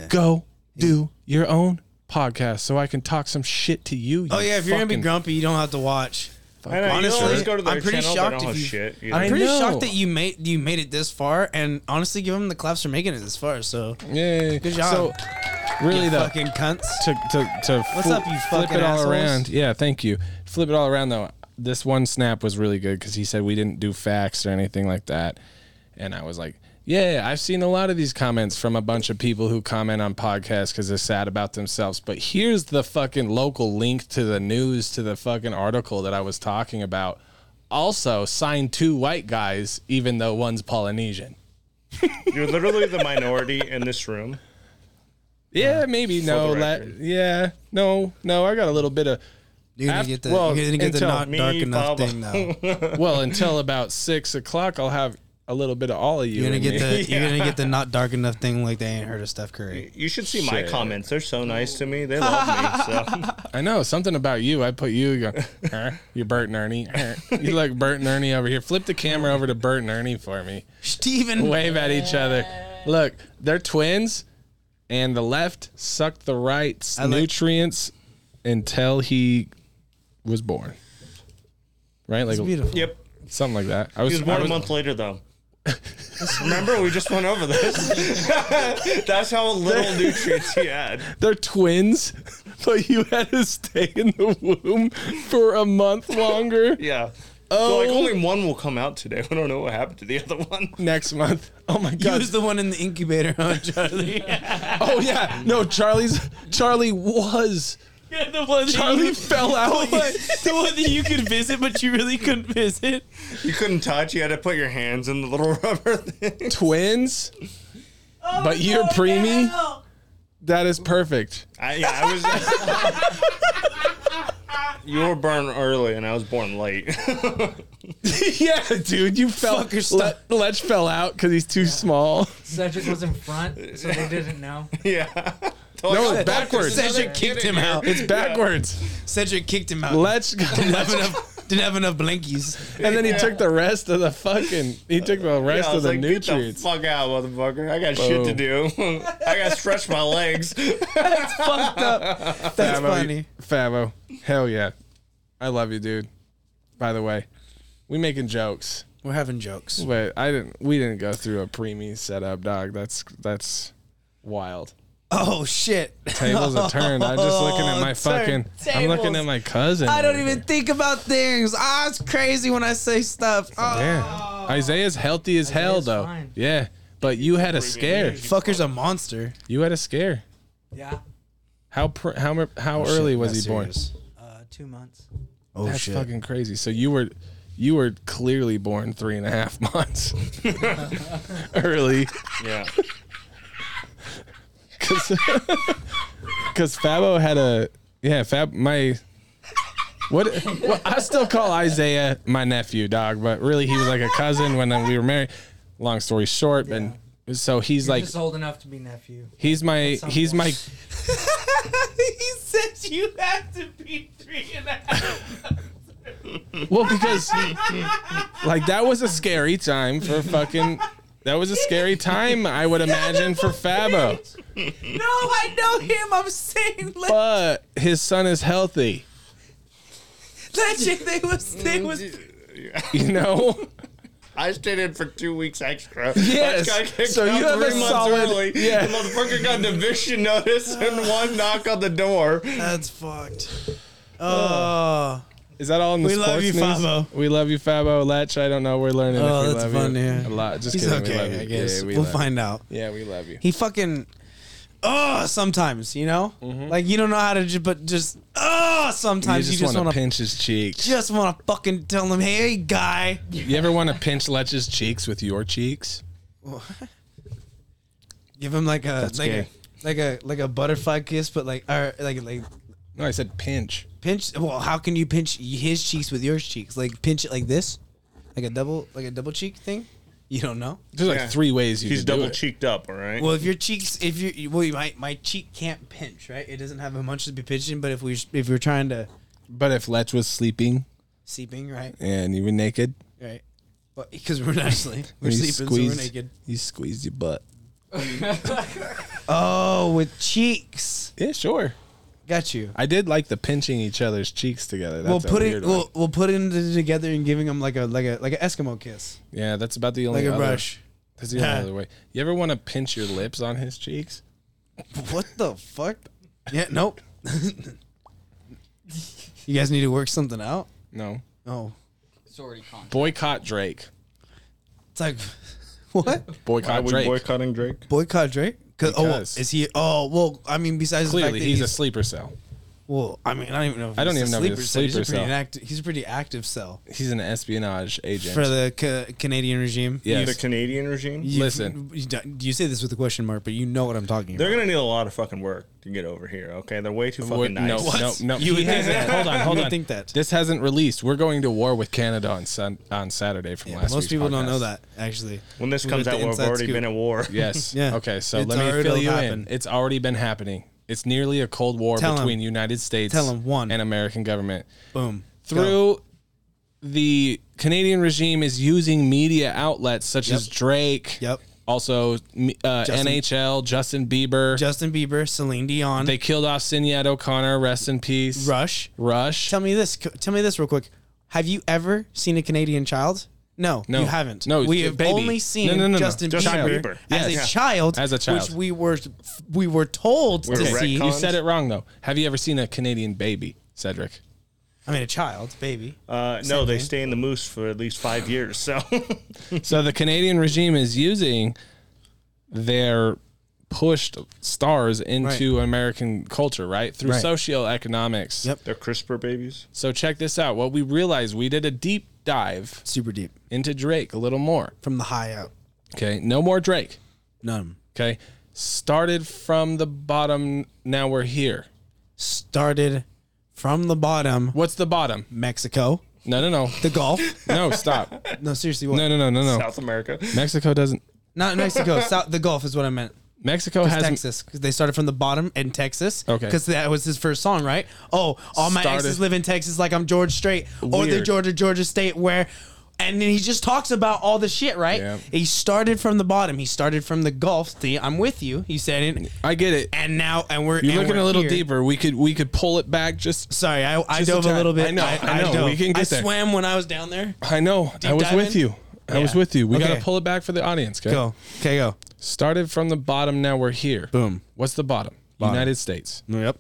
go do your own podcast so I can talk some shit to you.
Oh yeah, if you're gonna be
fucking-
grumpy, you don't have to watch.
I know,
Honestly,
you always go to their
I'm pretty
channel,
shocked
they
if
don't have
you-
shit. either.
I'm pretty
know.
shocked that you made you made it this far, and honestly, give them the claps for making it this far. So
Yay.
Good job.
So, really
you
though,
fucking cunts.
to to to
What's up, you
flip
fucking
it all
assholes?
around. Yeah, thank you. Flip it all around though. This one snap was really good because he said we didn't do facts or anything like that, and I was like, yeah, I've seen a lot of these comments from a bunch of people who comment on podcasts because they're sad about themselves. But here's the fucking local link to the news to the fucking article that I was talking about. Also, sign two white guys, even though one's Polynesian.
You're literally the minority in this room.
Yeah, maybe no.
the
la-
record.
yeah, no, no. I got a little bit of
You're gonna
After-
get the
well,
you're gonna get the
until
not
me,
dark enough
Baba.
thing though.
well until about six o'clock i'll have a little bit of all of you
You're gonna
in
get
me.
the you're gonna get the not dark enough thing like they ain't heard of Steph Curry.
You should see my
Shit.
comments. They're so nice to me. They love me. So
i know something about you i put you you go "Huh? you're bert and ernie Huh? you look bert and ernie over here flip the camera over to bert and ernie for me
Steven
wave at each other look they're twins and the left sucked the right's
like-
nutrients until he was born right like
beautiful.
yep.
something like that i was,
He was
I
born a
was-
month later though. Remember, we just went over this. That's how little nutrients he had.
They're twins, but you had to stay in the womb for a month longer.
Yeah.
Oh.
So like only one will come out today. We don't know what happened to the other one.
Next month. Oh my
He
god.
was the one in the incubator, huh, Charlie?
oh yeah. No, Charlie's Charlie was
yeah, the one
Charlie fell out.
the one that you could visit, but you really couldn't visit.
You couldn't touch. You had to put your hands in the little rubber thing.
Twins. but you're preemie. That is perfect.
I, yeah, I was. you were born early, and I was born late.
yeah, dude, you fell.
Fucker
Le- Lech fell out because he's too small.
Cedric was in front, so they didn't know.
yeah.
No, it's backwards.
Cedric kicked him out.
It's backwards.
Cedric kicked him out.
Lech got
Didn't have enough, Didn't have enough blinkies.
And then he took the rest of the fucking. He took the rest
I
of
was
the
like,
nutrients.
Get the Oh. fuck out, motherfucker. I got shit to do. I got to stretch my legs.
Fucked up. That's
Favo,
funny.
Favo, hell yeah, I love you, dude. By the way, we making jokes,
We're having jokes.
but I didn't. We didn't go through a preemie setup, dog. That's that's wild.
Oh shit.
Tables are turned. I'm just looking at
Turn
my fucking. I'm looking at
tables.
my cousin.
I don't
over
even
here.
think about things. Ah, it's crazy when I say stuff. Ah.
Yeah, Isaiah's healthy as hell
Isaiah's
though.
fine.
Yeah, but you had a scare.
Fucker's a monster.
You had a scare.
Yeah.
How pr- how mer- how early was he born?
Uh, two months.
Oh
That's
shit.
fucking crazy. So you were you were clearly born three and a half months early
yeah.
because Fabo had a yeah Fab my what well, I still call Isaiah my nephew dog, but really he was like a cousin when uh, we were married. Long story short, and so he's
Like,
like
just old enough to be nephew.
he's my
some
he's my
point.
he says you have to be three and a half.
Well, because like that was a scary time for fucking. That was a scary time, I would imagine, for Fabo.
No, I know him. I'm saying like,
But his son is healthy,
that shit. They was they was
you know.
I stayed in for two weeks extra.
Yes.
I got kicked
So
out
you have a
three months
solid-
early.
yeah.
The motherfucker got an eviction notice and one knock on the door.
that's fucked. Oh,
Is that all in the
We
sports
love you,
news?
Fabo.
We love you, Fabo. Letch, I don't know. We're learning.
Oh,
if we
that's
love
fun to
you.
hear.
A lot. Just
he's
kidding. we love
okay.
you.
I guess
Yeah, we
we'll
love
find out.
You. Yeah, we love you.
He fucking. Oh, sometimes you know,
Mm-hmm.
like you don't know how to, ju- but just oh, sometimes you just
wanna
want to,
pinch his cheeks.
just want to fucking tell them, hey, guy.
You ever want to pinch Letch's cheeks with your cheeks?
Give him like a like
gay.
a like a like a butterfly kiss, but like or like like
No, I said pinch.
pinch. Well, how can you pinch his cheeks with your cheeks? Like pinch it like this, like a double like a double cheek thing. You don't know.
There's like
Yeah.
three ways you
He's
could do
double
it.
cheeked up, all right?
Well, if your cheeks, if you well, you might my cheek can't pinch, right? It doesn't have much to be pinching. But if we if you're trying to
But if Letch was sleeping
sleeping, right,
and you were naked,
right, because we're not sleeping, we're
and you
sleeping, so
squeezed-
we're naked.
You squeezed your butt.
Oh, with cheeks,
Yeah, sure.
got you.
I did like the pinching each other's cheeks together. That's
we'll
a
put
weird
it.
one.
We'll, we'll put it together and giving them like a like a like an Eskimo kiss,
yeah, that's about the only
like a
other,
brush.
That's the only other way. You ever want to pinch your lips on his cheeks?
What the fuck? Yeah, nope. you guys need to work something out.
No.
Oh,
It's already con.
Boycott Drake.
it's like what?
Why
Boycott
we
Drake.
boycotting Drake?
Boycott Drake? 'Cause- oh, well,
Because-
is he? Oh, well, I mean, besides the fact
Clearly,
that
he's a sleeper cell.
well, I mean, I don't even know. If
I don't
he's
even
a
know if he's a
He's a
sleeper
pretty
cell.
active. He's a pretty active cell
He's an espionage agent.
for the ca- Canadian regime.
yes.
The Canadian regime?
You-
Listen.
you, don't- you say this with a question mark, but you know what I'm talking
They're
about.
going to need a lot of fucking work to get over here, okay? They're way too fucking
Wait,
nice.
no,
What?
no, no.
You
He
would think
hasn't-
that.
Hold on,
You
hold
would
on.
think that.
This hasn't released. We're going to war with Canada on sun- on Saturday from last
Most
week's
people don't know
podcast.
that actually.
When this
We
comes
got
out,
the
we've
inside
already
scoop.
been at war.
Yes.
Yeah.
Okay, so
It's
let me
already
fill you
happened.
in. It's already been happening. It's nearly a cold war
Tell 'em.
between United States
Tell 'em, one.
and American government.
Boom. Go.
Through the Canadian regime is using media outlets such as Drake,
Yep.
also me- uh,
Justin-
NHL, Justin Bieber.
Justin Bieber, Celine Dion,
they killed off Sinead O'Connor, rest in peace.
Rush.
Rush.
Tell me this. Tell me this real quick. Have you ever seen a Canadian child? No,
No.
you haven't.
No,
we
a
have
baby.
only seen
No, no, no, no.
Justin
Justin
Bieber,
Bieber.
as
Yes.
a child,
As a
which
child.
we were we were told to
Okay.
see.
Retcon.
You said it wrong though. Have you ever seen a Canadian baby, Cedric?
I mean, a child, baby.
Uh, no, they stay in the moose for at least five years. So
So the Canadian regime is using their pushed stars into American culture, right? Through
Right.
socioeconomics.
Yep.
they're CRISPR babies.
So check this out. What we realized, we did a deep dive
Super deep
into Drake a little more.
from the high out.
Okay. No more Drake.
None
Okay. Started from the bottom. Now we're here.
started from the bottom.
What's the bottom?
Mexico,
No, no, no.
the Gulf.
No, stop.
no, seriously, what?
No, no, no, no, no.
South America.
Mexico doesn't.
Not Mexico. South, the Gulf is what I meant.
Mexico
Just
has
Texas. 'Cause they started from the bottom in Texas.
Okay.
Because that was his first song, right? Oh, all my
Started-
exes live in Texas like I'm George Strait or the
Weird.
Georgia, Georgia State where. And then he just talks about all the shit, right?
Yep.
He started from the bottom. He started from the Gulf. See, I'm with you. He said it.
I get it.
And now, and we're.
You're
and
looking
we're
a little
here.
deeper. We could we could pull it back just
Sorry, I, I
Just
dove
a
a,
tad.
little bit.
I know, I know.
dove.
We can get
I
there.
swam when I was down there.
I know. I was
dive
with
in?
you. I was
Yeah.
with you. We
Okay.
got to pull it back for the audience. Okay?
Go. Okay, go.
Started from the bottom. Now we're here.
Boom.
What's the bottom? United States.
Yep.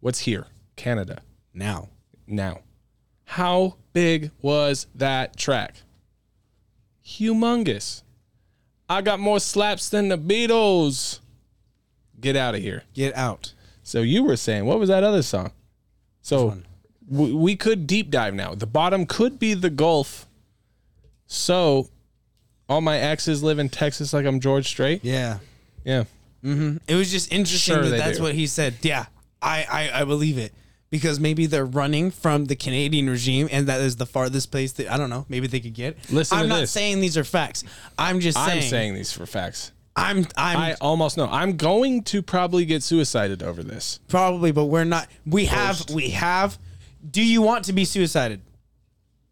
What's here? Canada.
Now.
Now, how big was that track? Humongous. I got more slaps than the Beatles. Get out of here.
Get out.
So you were saying, what was that other song? So we, we could deep dive now. The bottom could be the Gulf. So all my exes live in Texas like I'm George Strait.
Yeah.
Yeah.
It was just interesting
Sure
that
they
that's
do.
what he said. Yeah, I, I I believe it because maybe they're running from the Canadian regime, and that is the farthest place that I don't know. Maybe they could get.
Listen
I'm
to
not
this.
saying these are facts. I'm just saying.
I'm saying these for facts.
I'm I'm
I almost know. I'm going to probably get suicided over this.
probably, but we're not. We have we have. Do you want to be suicided?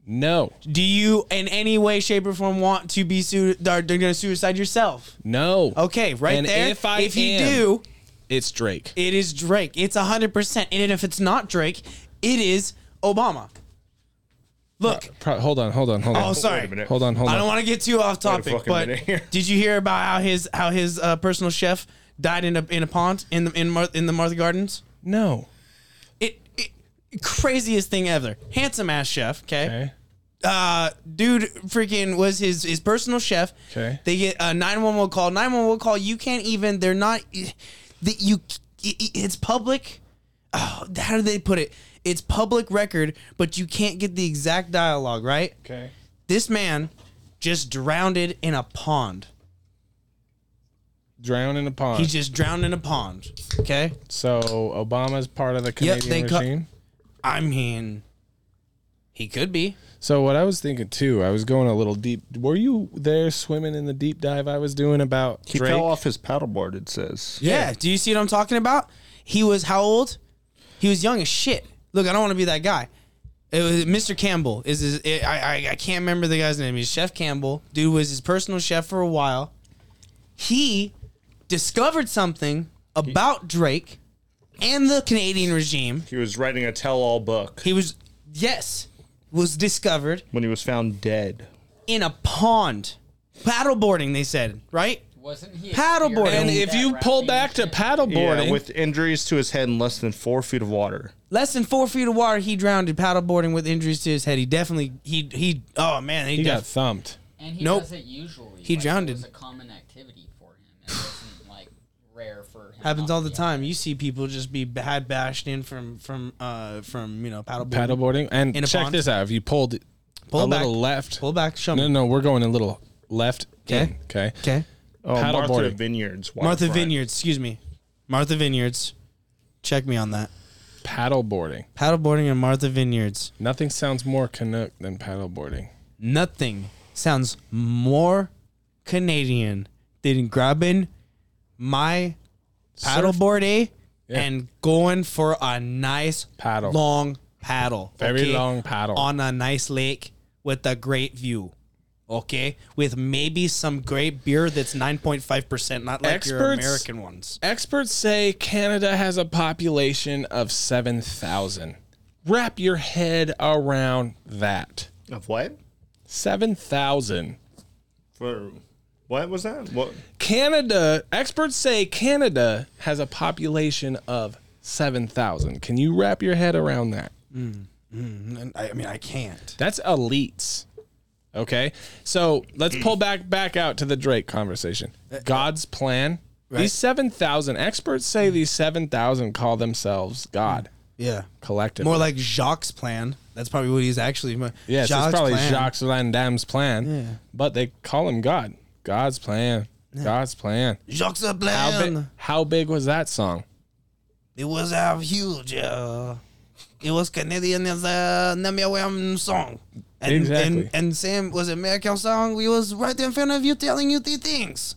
No.
Do you in any way, shape, or form want to be su- are going to suicide yourself?
No.
Okay, right
And
there.
If I
if you
am,
do,
it's Drake.
it is Drake. It's 100%. And if it's not Drake, it is Obama. Look,
Pro- hold on, hold on, hold on.
Oh, sorry.
minute.
Hold on, hold on.
I don't want to get too off topic,
fucking
but
minute here.
did you hear about how his how his uh, personal chef died in a in a pond in the in, Mar- in the Martha Gardens?
no.
It, it craziest thing ever. Handsome ass chef, okay?
Okay.
Uh dude freaking was his his personal chef.
Okay.
They get a 911 call. 911 call, you can't even they're not that you it's public oh, how do they put it? It's public record, but you can't get the exact dialogue, right?
Okay.
this man just drowned in a pond.
Drown in a pond.
He just drowned in a pond. Okay,
so Obama's part of the
Yep,
Canadian
they cut-
regime.
I mean, he could be.
so what I was thinking too, I was going a little deep. Were you there swimming in the deep dive I was doing about
He
Drake?
fell off his paddleboard. It says.
Yeah. Do you see what I'm talking about? He was how old? He was young as shit. Look, I don't want to be that guy. It was Mr. Campbell. Is his, it, I, I I can't remember the guy's name. He's Chef Campbell. Dude was his personal chef for a while. He discovered something about Drake and the Canadian regime.
He was writing a tell-all book
He was yes was discovered
when he was found dead.
in a pond. Paddleboarding, they said, right?
Wasn't he
Paddleboarding.
experiencing
and if
that
you pull
rapping
back to
shit?
paddleboarding,
Yeah, with injuries to his head and less than four feet of water.
Less than four feet of water, he drowned in paddleboarding with injuries to his head. He definitely, he, he, oh man, he,
he got
def-
thumped.
And he
Nope.
does it usually.
He
like,
drowned
It was
it.
a common activity for him. It wasn't like rare for him.
happens
not
all
to
the
be
time. You see people just be bad bashed in from from uh from you know paddleboarding.
Paddleboarding. And
In a
check
pond.
this out. If you pulled
Pull
a
back.
little left.
Pull back, show
no,
me.
no, we're going a little left.
Okay.
in, Okay.
Okay,
Oh, Martha
Paddleboarding.
Vineyards.
Martha
waterfront.
Vineyards. Excuse me, Martha Vineyards. Check me on that.
Paddleboarding.
Paddleboarding and Martha Vineyards.
Nothing sounds more Canuck than paddleboarding.
nothing sounds more Canadian than grabbing my paddleboard eh,
Yeah.
and going for a nice
Paddle.
long paddle.
Very
okay?
long paddle.
on a nice lake with a great view. Okay, with maybe some great beer that's nine point five percent, not like your
Experts-
American ones.
Experts say Canada has a population of 7,000. Wrap your head around that.
Of what?
7,000.
For what was that? What?
Canada, experts say Canada has a population of 7,000. Can you wrap your head around that?
And I I mean, I can't.
That's elites. Okay. So let's pull back back out to the Drake conversation. God's plan. These 7,000 experts say these 7,000 call themselves God
Yeah,
collectively.
more like Jacques' plan. That's probably what he's actually.
Yes,
Jacques'
it's probably
plan.
Jacques Van Damme's plan. But they call him God. God's plan. God's plan.
Jacques'
How,
plan.
bi- how big was that song?
It was a huge. Uh, it was Canadian as a number one song. And,
Exactly.
And, and Sam was American song. We was right in front of you telling you the things.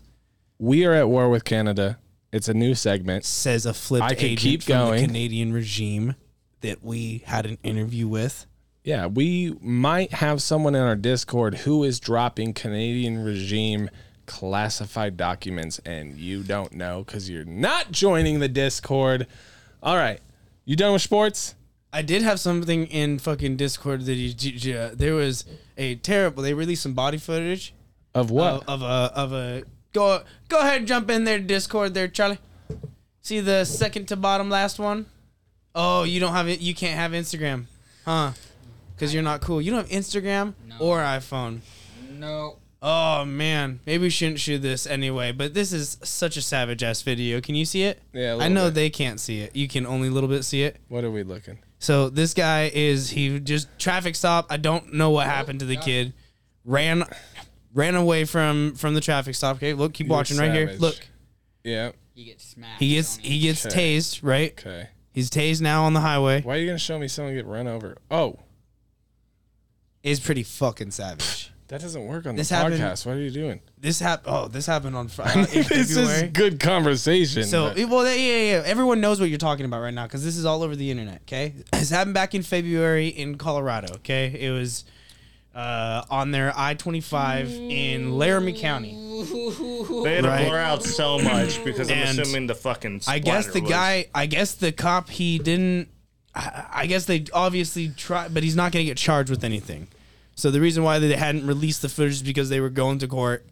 We are at war with Canada. It's a new segment.
says a flipped
I could
agent
keep
from
going.
the Canadian regime that we had an interview with.
Yeah, we might have someone in our Discord who is dropping Canadian regime classified documents and you don't know cuz you're not joining the Discord. All right. You done with sports?
I did have something in fucking Discord that you, you- you- there was a terrible. They released some body footage
Of what?
of, of a of a go go ahead jump in there Discord there Charlie. See the second to bottom last one. Oh, you don't have it. You can't have Instagram, huh? Because you're not cool. You don't have Instagram
No.
or iPhone.
No.
Oh man, maybe we shouldn't shoot this anyway. But this is such a savage ass video. Can you see it?
Yeah,
I
a little
know
bit.
they can't see it. You can only a little bit see it.
what are we looking?
So this guy is he just traffic stop. I don't know what happened to the kid. Ran ran away from from the traffic stop. Okay, look, keep
You're
watching right here.
savage.
Look,
Yeah.
He gets smacked.
he gets
don't
he gets
Okay.
tased, right?
Okay.
He's tased now on the highway.
Why are you going to show me someone get run over? Oh,
It's pretty fucking savage.
that doesn't work on
This
the
happened-
podcast. What are you doing?
This hap- oh, this happened on Friday.
this is good conversation.
So,
but-
it- well, yeah, yeah, yeah. Everyone knows what you're talking about right now because this is all over the internet. Okay, this happened back in February in Colorado. Okay, it was uh, on their I-25 in Laramie County.
They had to
Right.
blur out so much because I'm
And
assuming the fucking.
I guess
splatter
the
was-
guy, I guess the cop, he didn't. I I guess they obviously tried, but he's not going to get charged with anything. So the reason why they hadn't released the footage is because they were going to court.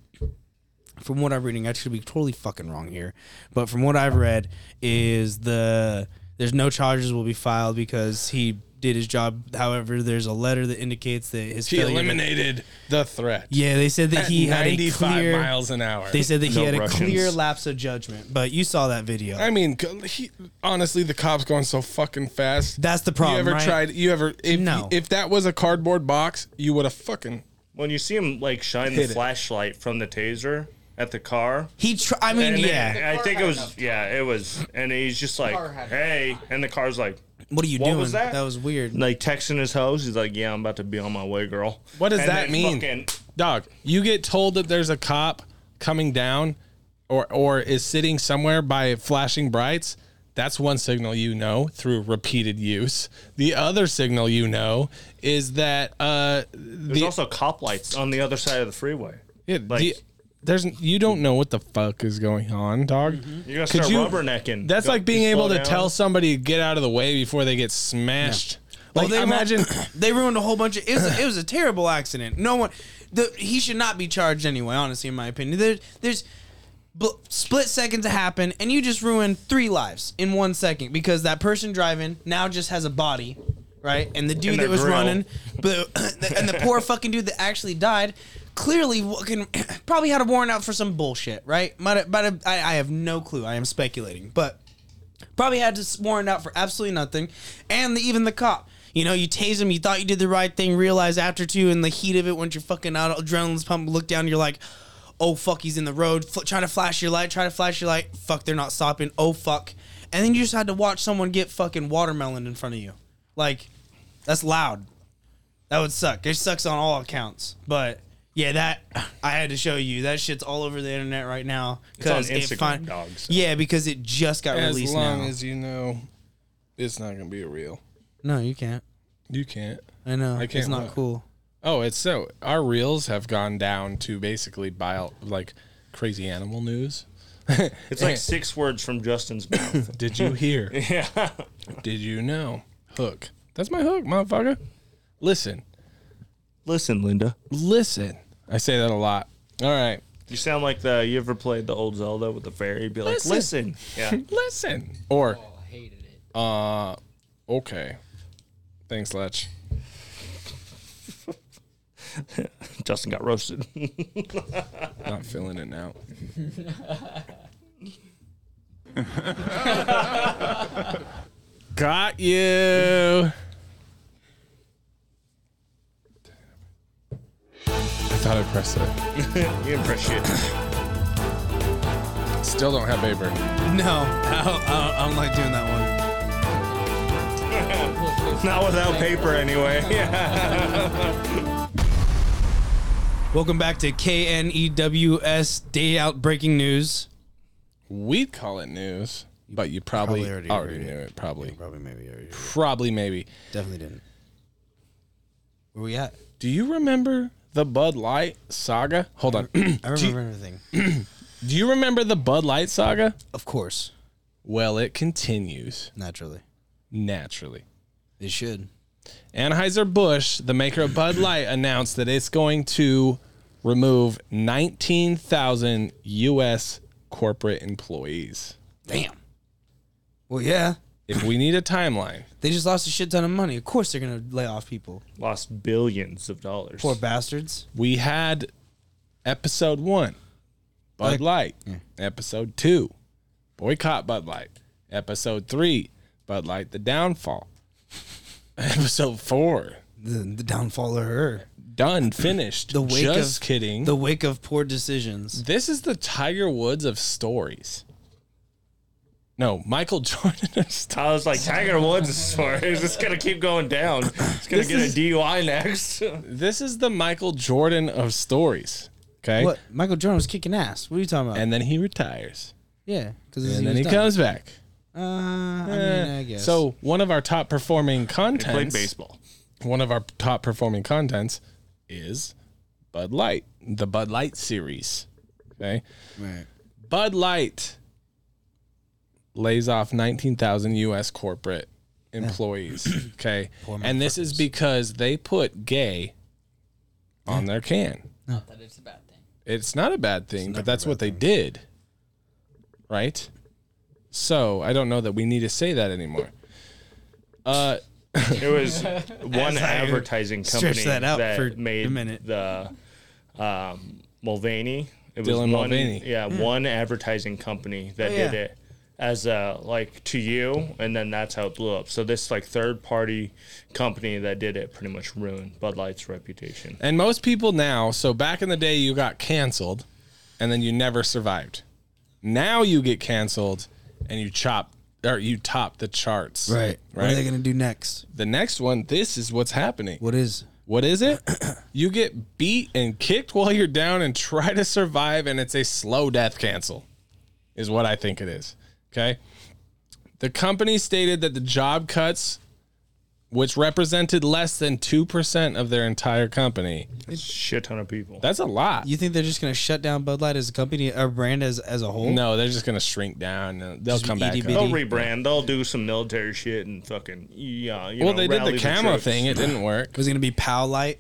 From what I'm reading, I should be totally fucking wrong here, but from what I've read, is the there's no charges will be filed because he did his job. However, there's a letter that indicates that his
he
failure-
eliminated the threat.
Yeah, they said that
at
he had a
95
clear.
miles an hour.
They said that
No
he had a
Russians.
clear lapse of judgment, but you saw that video.
I mean, g- he, honestly, the cops going so fucking fast.
That's the problem.
you ever
right?
tried? You ever? If,
No.
If that was a cardboard box, you would have fucking.
When you see him like shine
Hit
the
it.
flashlight from the taser at the car,
He tr- I mean,
and
yeah.
then- I
car
think
had
it was
enough time.
yeah, it was, and he's just like,
car had
hey, and the car's like,
what are you
What
doing?
was
that?
that?
was weird.
like texting his hoes. He's like, yeah, I'm about to be on my way, girl.
What does
And
that
they
mean?
fucking-
Dog, you get told that there's a cop coming down, or or is sitting somewhere by flashing brights. That's one signal you know through repeated use. The other signal you know is that uh,
There's
the
also cop lights on the other side of the freeway.
Yeah,
Like-
the- there's you don't know what the fuck is going on, dog.
You're gonna
Could
Mm-hmm. start
you-
rubbernecking.
That's
Go-
like being
you
able
slow
to
down.
tell somebody to get out of the way before they get smashed.
Well,
Like
they ru-
imagine
they ruined a whole bunch of. It was, it was a terrible accident. No one. The, he should not be charged anyway. Honestly, in my opinion, there, there's bl- split seconds to happen, and you just ruin three lives in one second because that person driving now just has a body, right? And the dude
And
that
their
was
grill.
running, but and the poor fucking dude that actually died. Clearly, fucking- probably had a warrant out for some bullshit, right? Might have, might have, I, I have no clue. I am speculating, but probably had to s- warrant out for absolutely nothing, and the, even the cop. You know, you tase him, you thought you did the right thing, realize after two in the heat of it, once you're fucking out, adrenaline's pumped, look down, you're like, oh fuck, he's in the road, F- try to flash your light, try to flash your light, fuck, they're not stopping, oh fuck. And then you just had to watch someone get fucking watermelon in front of you. Like, that's loud. That would suck. It sucks on all accounts. But yeah, that I had to show you. That shit's all over the internet right now.
on
'cause it
Instagram,
fin-
dog, so.
Yeah, because it just got
as
released
long
now.
as you know it's not gonna be a real.
No, you can't.
You can't.
I know.
I
it's
can't
not
look.
cool.
Oh, it's so our reels have gone down to basically bio like crazy animal news.
It's like six words from Justin's mouth.
Did you hear? yeah. Did you know? Hook. That's my hook, motherfucker. Listen.
Listen, Linda.
Listen. I say that a lot. All right.
You sound like the. You ever played the old Zelda with the fairy? Be like,
Listen.
listen. Yeah.
Listen. Or
Oh, I hated it.
Uh, okay. Thanks, Letch.
Justin got roasted.
Not feeling it now. Got you. I thought I pressed it.
you impress shit.
Still don't have paper.
No, I, I, I don't like doing that one.
Not without paper, anyway. Yeah.
E Welcome back to KNEWS Day Out Breaking News.
we'd call it news, but you probably,
probably already
already,
heard
knew
it.
it. Probably,
Probably maybe. Or
probably, maybe.
definitely didn't. Where we at?
Do you remember the Bud Light saga? Hold on. Do
I remember everything.
you remember the Bud Light saga?
Of course,
Well, it continues
naturally,
naturally.
it should.
Anheuser-Busch, the maker of Bud Light, announced that it's going to remove 19,000 U.S. corporate employees.
Damn. Well, yeah.
If we need a timeline,
They just lost a shit ton of money. Of course, they're gonna lay off people.
Lost billions of dollars.
Poor bastards.
we had episode one, Bud Light. Episode two, boycott Bud Light. Episode three, Bud Light, the downfall. episode four,
The, the downfall of her.
done, finished.
The wake
Just
of
kidding.
The wake of poor decisions.
This is the Tiger Woods of stories. No, Michael Jordan of stories.
I was like, Tiger Woods is smart. It's just gonna keep going down. It's gonna
This
get
is-
a DUI next.
This is the Michael Jordan of stories. Okay.
What? Michael Jordan was kicking ass. What are you talking about?
And then he retires.
yeah, because
And then he comes back.
Uh, I mean, I
Eh.
guess.
So one of our top performing
He played
contents,
baseball.
one of our top performing contents is Bud Light, the Bud Light series. Okay.
Right.
Bud Light lays off 19,000 U.S. corporate employees. Okay. And this is because they put gay on their can.
Not that it's a bad thing.
It's not a bad thing, but that's what they did. Right? So I don't know that we need to say that anymore. Uh,
It was one advertising company
stretched that out for a
made
minute.
the um, Mulvaney. It was
Dylan
one,
Mulvaney.
Yeah, one advertising company that
Hmm. Oh,
did
yeah.
it as a like to you, and then that's how it blew up. So this like third party company that did it pretty much ruined Bud Light's reputation.
and most people now, so back in the day, you got canceled and then you never survived. Now you get canceled and you chop or you top the charts.
Right. What are
Right.
they gonna do next?
the next one, this is what's happening.
What is?
What is it? you get beat and kicked while you're down and try to survive, and it's a slow death cancel, is what I think it is. Okay. The company stated that the job cuts, which represented less than 2% of their entire company,
Shit ton of people.
that's a lot.
You think they're just gonna shut down Bud Light as a company or brand as as a whole?
no, they're just going to shrink down. and They'll
Just
come
be
back.
itty
up.
bitty.
They'll rebrand. They'll do some military shit and fucking yeah. You
Well,
know,
they did
rally
the camo
troops.
thing. It didn't work.
Was it gonna be Pow Light,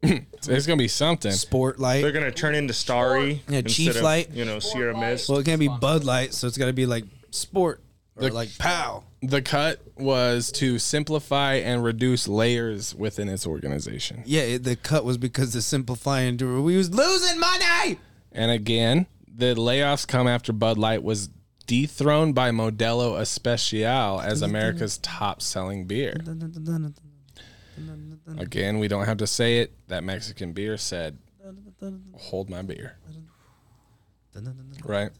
There's going to be something.
Sport Light?
They're gonna turn into Starry.
Yeah,
instead
Chief
of,
Light.
You know, Sierra Mist.
Well, it can't be Bud Light, so it's got to be like sport or like pow.
The cut was to simplify and reduce layers within its organization.
Yeah, it, the cut was because the simplifying to we was losing money.
And again, the layoffs come after Bud Light was dethroned by Modelo Especial as America's top selling beer. Again, we don't have to say it. That Mexican beer said, hold my beer. Right?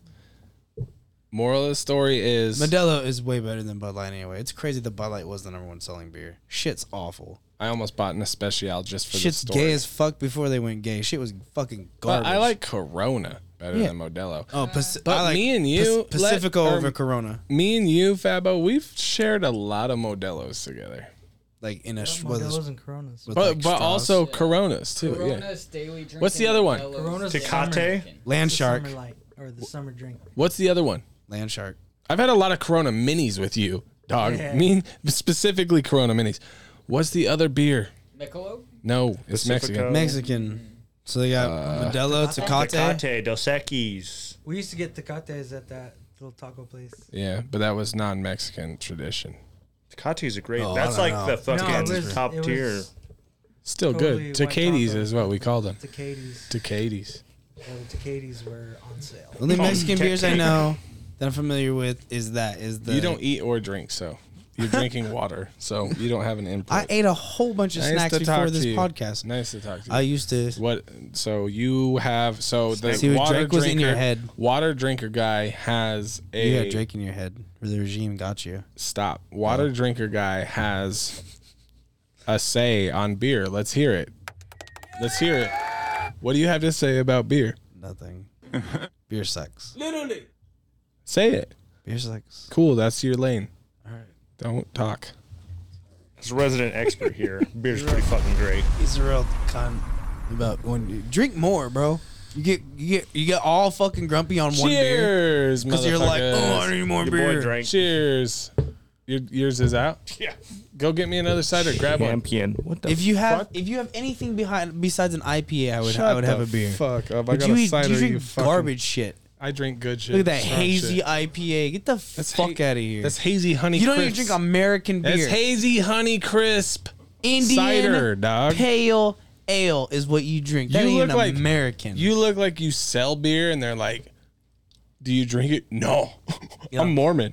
Moral of the story is
Modelo is way better than Bud Light anyway. It's crazy that Bud Light was the number one selling beer. Shit's awful.
I almost bought an Especial just for
Shit's
the story.
gay as fuck before they went gay. Shit was fucking
but
garbage.
I like Corona better
Yeah.
than Modelo.
Oh, Paci-
But
I like
me and you
Pac- Pacifico
let- or-
over Corona,
Me and you, Fabo, we've shared a lot of Modelos together.
like in a sh- with a,
Modelo's
with
and Coronas.
But
like
but
straws.
also Coronas too. yeah.
Corona's daily drinking.
What's the other one?
Modelo's
Corona's
daily
Tecate?
drinking.
land
It's the
shark,
Summer light or the summer drink.
What's the other one?
land shark.
I've had a lot of Corona minis with you, dog.
Yeah.
Mean specifically Corona minis. What's the other beer?
Michelob.
No, it's Mexican.
Pacifico.
Mexican. So they got
Uh,
Modelo, Tecate.
Tecate, Dos Equis.
We used to get tecates at that little taco place.
Yeah, but that was non-Mexican tradition.
Tecate is a great.
Oh, I
that's
don't
like
know.
the
No, it
fucking
was-
top
it was
tier.
Still
Totally
good.
white
Tacades
chocolate.
is what we called them.
Tecates.
Tacades.
Yeah, the tecates were on sale.
The only
Oh,
Call 'em
Mexican
Tec
beers I
Tec.
know that I'm familiar with is that is the
You don't eat or drink, so you're drinking water, so you don't have an input.
I ate a whole bunch of
Nice
snacks
to talk
before
to
this
you.
podcast.
Nice to talk to you.
I used to
What? So you have so the
See, what
water
Drake
drinker
was in your head.
water drinker guy has a
you had Drake in your head. Or the regime got you.
stop. Water
Oh.
drinker guy has a say on beer. Let's hear it. Let's hear it. What do you have to say about beer?
Nothing. Beer sucks.
Say it.
Beer sex.
Cool. That's your lane.
All right.
Don't talk.
As a resident expert here, beer's pretty fucking great.
He's a real cunt about when drink more, bro. You get you get you get all fucking grumpy on one beer
Cheers,
because you're like, oh, I
motherfuckers.
need more
Your
beer.
boy drank.
Cheers. Your, yours is out.
Yeah.
Go get me another cider. Grab one.
Champion. What the
If you have
What?
if you have anything behind besides an IPA, I would
Shut
I would have
the
a beer.
Fuck up. I
But
got
you
a
eat
cider.
you drink
fucking-
garbage shit.
I drink good shit.
Look at that
strong
hazy
shit.
IPA. Get the
That's
fuck
ha-
out of here.
That's hazy honey.
you don't even
crisp.
drink American
That's
beer.
hazy honey crisp.
Indian
cider, dog.
pale ale is what you drink. That
You
ain't
look like-
American.
You look like you sell beer, and they're like, "Do you drink it?" No, I'm Mormon.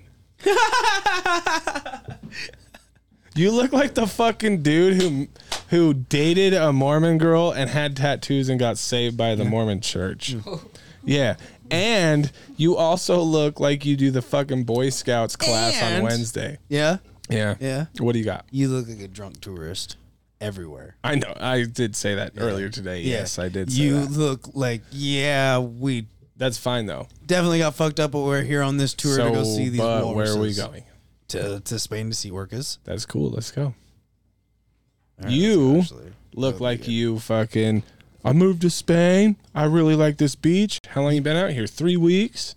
you look like the fucking dude who who dated a Mormon girl and had tattoos and got saved by the Mormon Church.
Mm.
yeah. And you also look like you do the fucking Boy Scouts class on
And-
Wednesday.
yeah,
Yeah.
yeah.
What do you got?
You look like a drunk tourist everywhere.
I know. I did say that earlier today. Yes, I did say
you
that.
look like yeah, we
That's fine though.
definitely got fucked up, but we're here on this tour
so,
to go see these.
but where are we
walruses.
going?
To, to Spain to see orcas.
That's cool. Let's go.
All right,
You
let's go, actually.
Look like you fucking. I moved to Spain. I really like this beach. How long you been out here? Three weeks.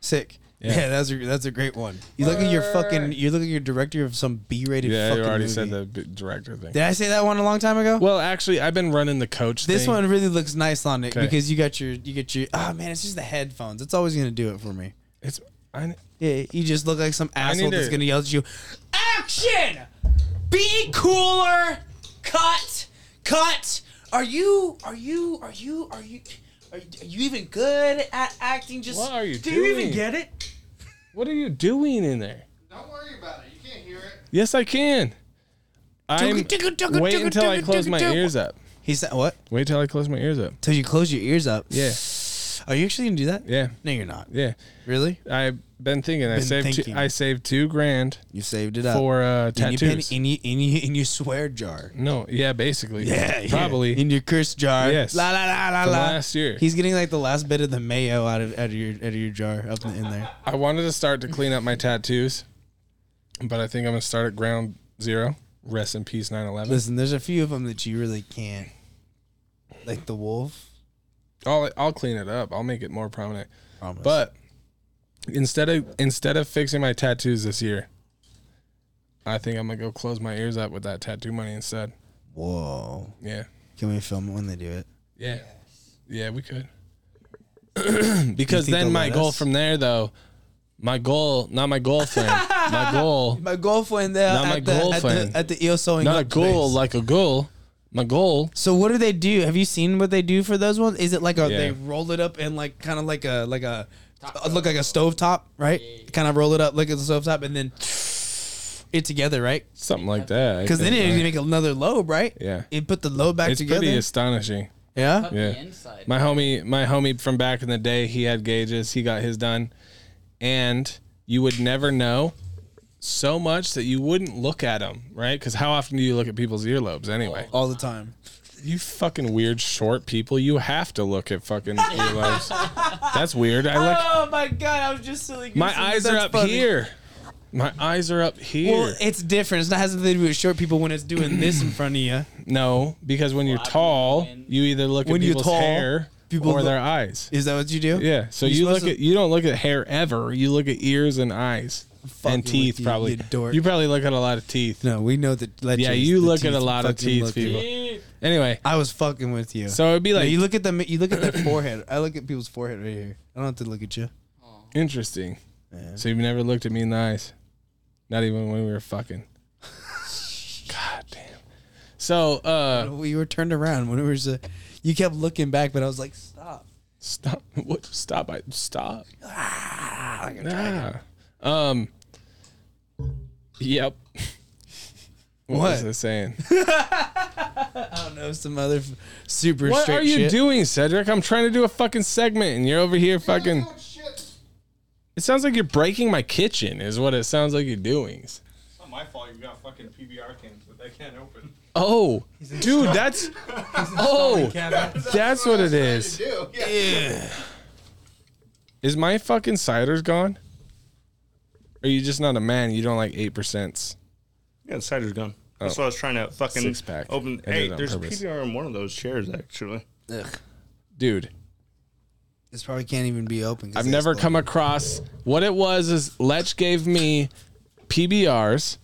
sick.
Yeah.
Yeah. that's a, that's a great one. You look like you're fucking. You look like you're director of some B-rated.
Yeah, you
fucking
already
movie.
said the b- director thing.
Did I say that one a long time ago?
Well, actually, I've been running the coach.
This
thing.
one really looks nice on it
'Kay.
because you got your you get your ah man, it's just the headphones. It's always gonna do it for me.
It's. I,
Yeah, you just look like some asshole
need
that's
to-
gonna yell at you. Action! Be cooler. Cut. Cut. Are you? Are you? Are you? Are you? Are you, are you even good at acting? Just
what are you
Do
doing?
you even get it?
What are you doing in there?
Don't worry about it. You can't hear it.
Yes, I can. I'm.
Tugga, tugga, tugga,
Wait
tugga,
until I
tugga,
close
tugga,
my
tugga.
ears up.
He said what?
Wait till I close my ears up.
Till you close your ears up.
Yeah.
Are you actually gonna do that?
Yeah.
No, you're not.
Yeah.
Really?
I've been thinking. I
Been
saved. Two,
thinking.
I saved two grand
You saved it up
for uh,
in your, pen,
tattoos.
in, your, in, your, in your swear jar.
No, yeah, basically.
Yeah, yeah.
probably.
in your curse jar.
Yes.
La la la la
From
la.
last year.
He's getting like the last bit of the mayo out of out of your out of your jar up in, in there.
I wanted to start to clean up my tattoos, but I think I'm gonna start at ground zero. Rest in peace, 9/11.
Listen, there's a few of them that you really can't, like the wolf.
I'll I'll clean it up. I'll make it more prominent.
Promise.
But instead of instead of fixing my tattoos this year, I think I'm gonna go close my ears up with that tattoo money instead.
whoa,
Yeah,
can we film it when they do it?
yeah, yeah. We could.
You
because
think they'll
then my
let
goal
us?
from there though, my goal, not my goal friend, my goal
My girlfriend there
Not
at, the,
my
at the
girlfriend.
at the eel sewing.
not
up
a goal
place.
like a goal. My goal.
So what do they do? Have you seen what they do for those ones? Is it like a
Yeah.
they roll it up and like kind of like a like a uh, look like a stove top, right? Kind of roll it up, look at the stove top, and then it together, right?
Something like that. I
Because then
think,
it
right?
didn't make another lobe, right?
Yeah.
It put the lobe back
it's
together.
pretty astonishing.
yeah.
Cut
Yeah.
the inside.
My homie, my homie from back in the day, he had gauges. He got his done, and you would never know so much that you wouldn't look at them, right? Because how often do you look at people's earlobes anyway?
All the time.
You fucking weird short people. You have to look at fucking earlobes. That's weird. I like
Oh my god, I was just silly.
my eyes are up here. My eyes are up here.
Well, it's different. It's not has nothing to do with short people when it's doing this in front of you.
no, because when you're
Flabby
tall,
and-
you either look
When
at
you're
people's
tall,
hair
people
or
look-
their eyes.
Is that what you do?
Yeah. So
You're
you look
supposed
at you don't look at hair ever. You look at ears and eyes
fucking
and teeth
with you,
probably.
you dork.
You probably look at a lot of teeth.
No, we know that. that
Yeah,
shit is-
you
the
look at a lot of
fucking
teeth,
look at
people.
you.
Anyway,
I was fucking with you.
so it'd be
No,
like
you look at them. You look at their forehead. I look at people's forehead right here. I don't have to look at you.
interesting.
Yeah.
So you've never looked at me in the eyes, not even when we were fucking. God damn. So uh,
We were turned around when it was a. You kept looking back, but I was like, stop.
stop. What? Stop. I stop.
Ah,
Nah. Um. Yep. What, was
What?
I saying?
I don't know some other f- super
What
straight
are you
shit.
doing, Cedric? I'm trying to do a fucking segment, and you're over here fucking.
Oh, shit.
It sounds like you're breaking my kitchen, is what it sounds like you're doing.
It's not my fault you got fucking PBR cans that they can't open.
Oh, dude, that's oh,
Cabinet.
that's what it is.
do. Yeah.
Is my fucking cider's gone? Or you just not a man? You don't like eight percents.
Yeah, the cider's gone. That's why I was trying to fucking
Oh. Six pack. I
open.
did
Hey,
it on
there's
purpose.
a PBR in one of those chairs actually.
Ugh.
Dude,
This probably can't even be open. 'cause
I've
they
never
explode.
come across what it was is Lech gave me PBRs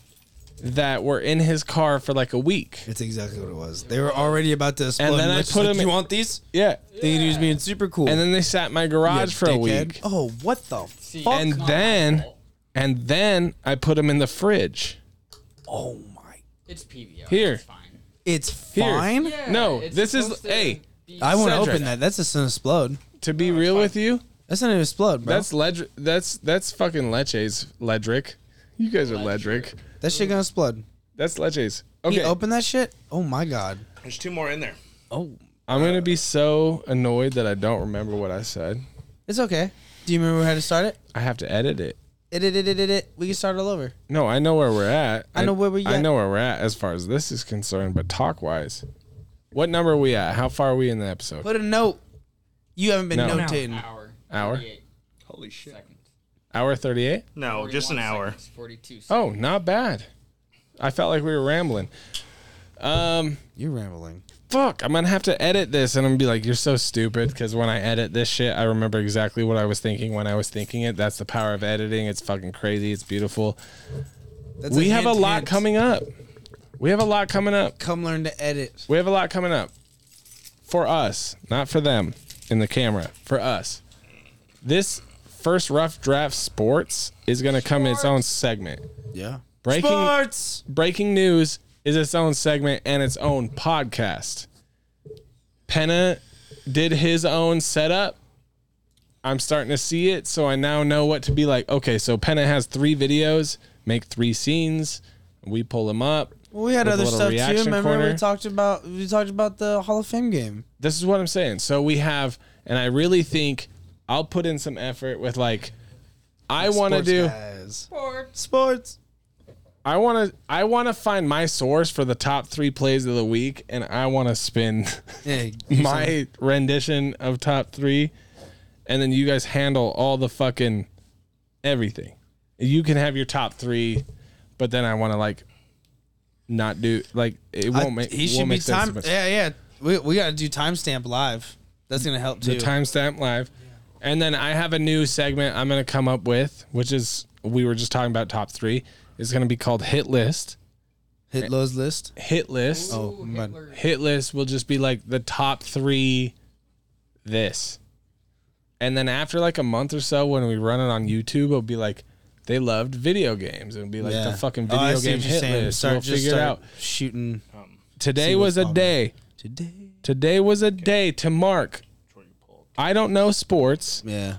that were in his car for like a week.
It's exactly what it was. They were already about to explode.
And then I
Lynch was
put
like,
him
You
in-
want these?
Yeah.
Then he was being super cool.
And then they sat in my garage
You
for a
dickhead.
week.
Oh, what the?
See,
fuck?
And
it's not
then-
my fault.
And then I put them in the fridge.
Oh my!
it's PBR.
Here.
It's fine.
It's
Here.
fine.
No,
it's
this is-
supposed to
hey,
be-
I won't
Cedric.
open that. That's just an explode.
To be
Oh,
real with you,
That's not an explode, bro.
that's Ledric. That's that's fucking Leche's Ledric. You guys are Ledric.
that shit gonna explode.
That's Leche's. Okay.
He opened that shit. Oh my god.
There's two more in there.
Oh,
I'm gonna be so annoyed that I don't remember what I said.
it's okay. Do you remember how to start it?
I have to edit it.
It it it it it. it. We can start all over.
No, I know where we're at.
I know where we
I
at.
know where we're at as far as this is concerned, but talk wise, what number are we at? How far are we in the episode?
Put a note. You haven't been
No.
notating.
Hour.
Hour?
38
Holy shit!
Seconds.
Hour thirty-eight.
No, just an
41
hour.
seconds, 42 seconds.
Oh, not bad. I felt like we were rambling. Um,
You're rambling.
fuck, I'm gonna have to edit this, and I'm gonna be like, "You're so stupid." Because when I edit this shit, I remember exactly what I was thinking when I was thinking it. That's the power of editing. It's fucking crazy. It's beautiful.
That's
we have
hint,
a lot
hint.
coming up. We have a lot coming up.
Come learn to edit.
We have a lot coming up for us, not for them in the camera. For us, this first rough draft sports is gonna come in its own segment.
Yeah.
Breaking-
Sports.
breaking news is its own segment and its own podcast. Penna did his own setup. I'm starting to see it, so I now know what to be like. Okay, so Penna has three videos, make three scenes. We pull them up.
Well, we had
with a
other
little
stuff too.
reaction
Remember
corner.
we talked about we talked about the Hall of Fame game.
This is what I'm saying. So we have, and I really think I'll put in some effort with like, I want to
Sports
do.
guys. sports.
I want to I want to find my source for the top 3 plays of the week and I want to spin
Hey,
my rendition of top 3 and then you guys handle all the fucking everything. You can have your top 3 but then I want to like not do like it won't make
he
won't
should be
make sense
time.
to us.
Yeah, yeah. We, we got to do timestamp live. That's gonna help too.
the timestamp live. And then I have a new segment I'm going to come up with, which is we were just talking about top 3. It's going to be called Hit List.
Hit Lowe's list.
Hit List.
Oh,
Ooh,
my bad.
Hitler.
hit list will just be like the top three this and then after like a month or so when we run it on youtube it'll be like they loved video games it'll be like
Yeah.
the fucking
Oh, I
video
see
game
what you're
hit
saying.
list
Start-
we'll
just
figure it
start
out
Shooting
today
see what's
was a
popping.
day
today.
today was a day to mark i don't know sports
Yeah.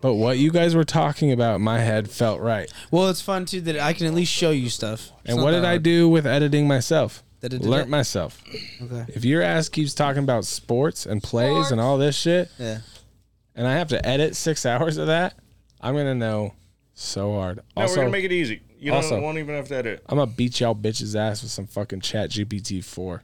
but what you guys were talking about in my head felt right
Well, it's fun too that I can at least show you stuff. It's
and
not
what
that
did i
hard.
do with editing myself
That it did
learnt
it.
myself
Okay.
if your ass keeps talking about sports and plays and all this shit
Yeah.
and I have to edit six hours of that, I'm gonna know so hard.
No,
also,
we're gonna make it easy. You don't,
also-
won't even have to edit.
I'm gonna beat y'all bitches ass with some fucking Chat GPT four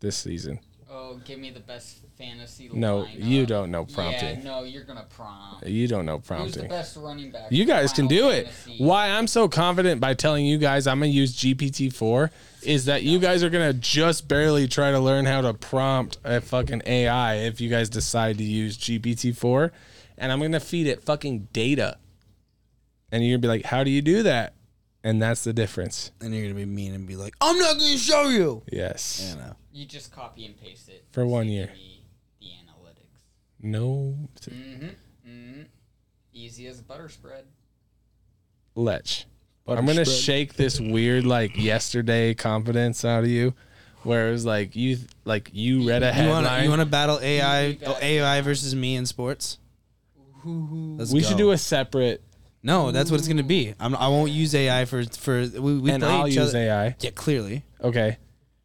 this season.
Oh, give me the best fantasy
No,
lineup.
you don't know
Yeah,
prompting.
no, you're gonna prompt.
You don't know
Who's the
prompting.
best running back?
You
in
guys can
Final
do it.
Fantasy?
Why I'm so confident by telling you guys I'm gonna use GPT four is that you guys are gonna just barely try to learn how to prompt a fucking AI if you guys decide to use GPT four, and I'm gonna feed it fucking data, and you're gonna be like, how do you do that? And that's the difference.
And you're gonna be mean and be like, I'm not gonna show you.
Yes.
You know.
You just copy and paste it
For one
Give
year.
me The analytics.
No.
hmm Easy as a butter spread.
Lech. I'm gonna shake this weird like yesterday confidence out of you, where it was like you like you read a
You
headline.
wanna you wanna battle AI
battle.
AI versus me in sports? Let's
we
go.
should do a separate,
No, that's what it's gonna be. I'm, I won't use AI for for we, we
and
play
I'll
each
use
other.
AI.
Yeah, clearly.
Okay,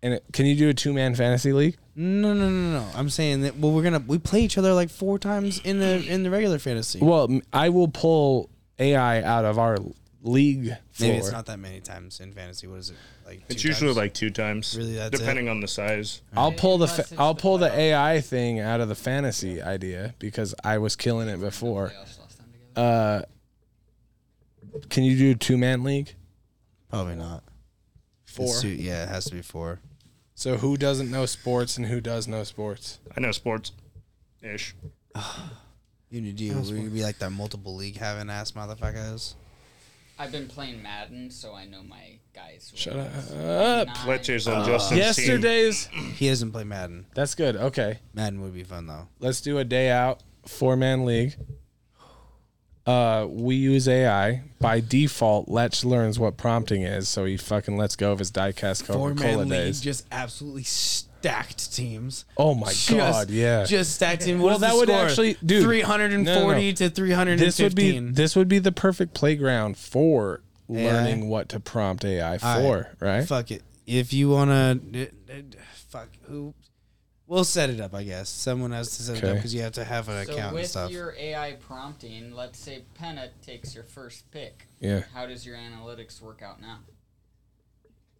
and it, can you do a two-man fantasy league?
No, no, no, no. I'm saying that. Well, we're gonna we play each other like four times in the in the regular fantasy.
Well, m- I will pull AI out of our l- league floor.
Maybe it's not that many times in fantasy. What is it like?
It's
two
usually
times?
like two times,
Really, that's it?
depending on the size.
I'll pull the
Unless
fa-
it's
I'll
the
pull the
playoff.
AI thing out of the fantasy idea because I was killing it before.
Playoffs last time together.
Uh, Can you do two man league?
Probably not.
Four.
It's too- yeah, it has to be four.
So who doesn't know sports and who does know sports?
I know sports, ish.
You need to do.
That's
We're gonna
fine.
be like that multiple league having ass motherfuckers.
I've been playing Madden, so I know my guys. who
Shut
are
up.
nine.
Fletcher's on Justin's team.
Uh, Yesterday's.
He doesn't play Madden.
That's good. Okay.
Madden would be fun though.
Let's do a day out four man league. Uh, we use AI by default. Letch learns what prompting is, so he fucking lets go of his diecast Coca Cola days.
just absolutely stacked teams.
oh my god! Yeah,
just stacked teams.
Well, that would actually- dude,
three hundred and forty
no, no, no.
to three hundred and
this would be
fifteen.
this would be the perfect playground for
AI?
learning what to prompt AI
All
for, right?
Fuck it. If you wanna, d- d- d- fuck who? We'll set it up. I guess someone has to set it up
Okay.
because you have to have an
So
account
with
and stuff.
your AI prompting, let's say Pennant takes your first pick.
Yeah.
How does your analytics work out now?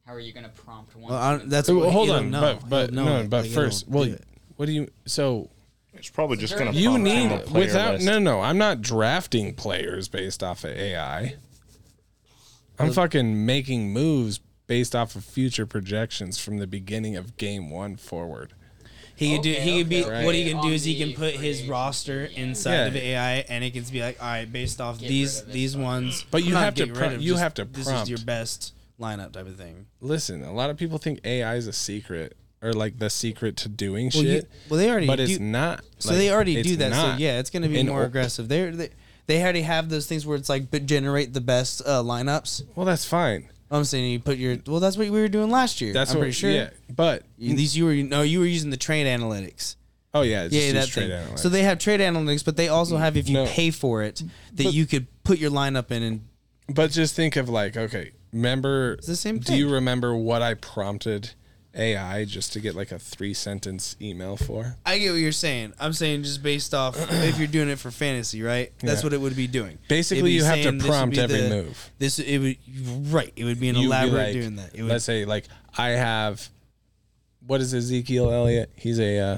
How are you going to prompt one?
well, I,
human?
don't- that's
So,
what-
hold
you don't
on,
know.
but but
You don't
no,
know.
but
Like, you
first,
don't
well,
do it.
what do you? So
It's probably just
there
gonna.
any-
you
prompt
need
him a
player
without
list.
no no. I'm not drafting players based off of AI. I'm fucking making moves based off of future projections from the beginning of game one forward.
He could do.
Okay,
He could be.
okay,
What he
okay.
can do is he
On
can
the
put his
free
roster
agency, yeah.
inside
Yeah.
of the AI, and it can be like, all right, based off
Get
these
rid of this
these
fucker.
ones.
But you
not
have to
get
pro-
rid of,
you
just
have to
This is
prompt.
your best lineup type of thing.
Listen, a lot of people think AI is a secret or like the secret to doing
Well, you-
shit.
well, they already
but it's
do-
not.
So
Like,
they already
it's
do that.
not.
So yeah, it's going to be
And
more
o-
aggressive. They're, they they already have those things where it's like, but generate the best uh, lineups.
Well, that's fine.
I'm saying you put your. Well, that's what we were doing last year.
That's
I'm
what,
pretty sure.
Yeah, but
You- At least you were no, you were using the trade analytics.
oh yeah, it's
Yeah,
just
that
straight
thing.
analytics.
So they have trade analytics, but they also have if you
No.
pay for it that you could put your lineup in and
But just think of like, okay, remember?
the same
Do you
thing.
remember what I prompted AI just to get like a three sentence email for?
I get what you're saying. I'm saying just based off if you're doing it for fantasy, right? That's
Yeah.
what it would be doing.
Basically,
It'd be
you have to
saying this would
prompt
be
every
the-
move.
This it would right. It would be an
You'd be
elaborate
like,
doing that. It would,
let's say like I have, what is Ezekiel Elliott? He's a uh,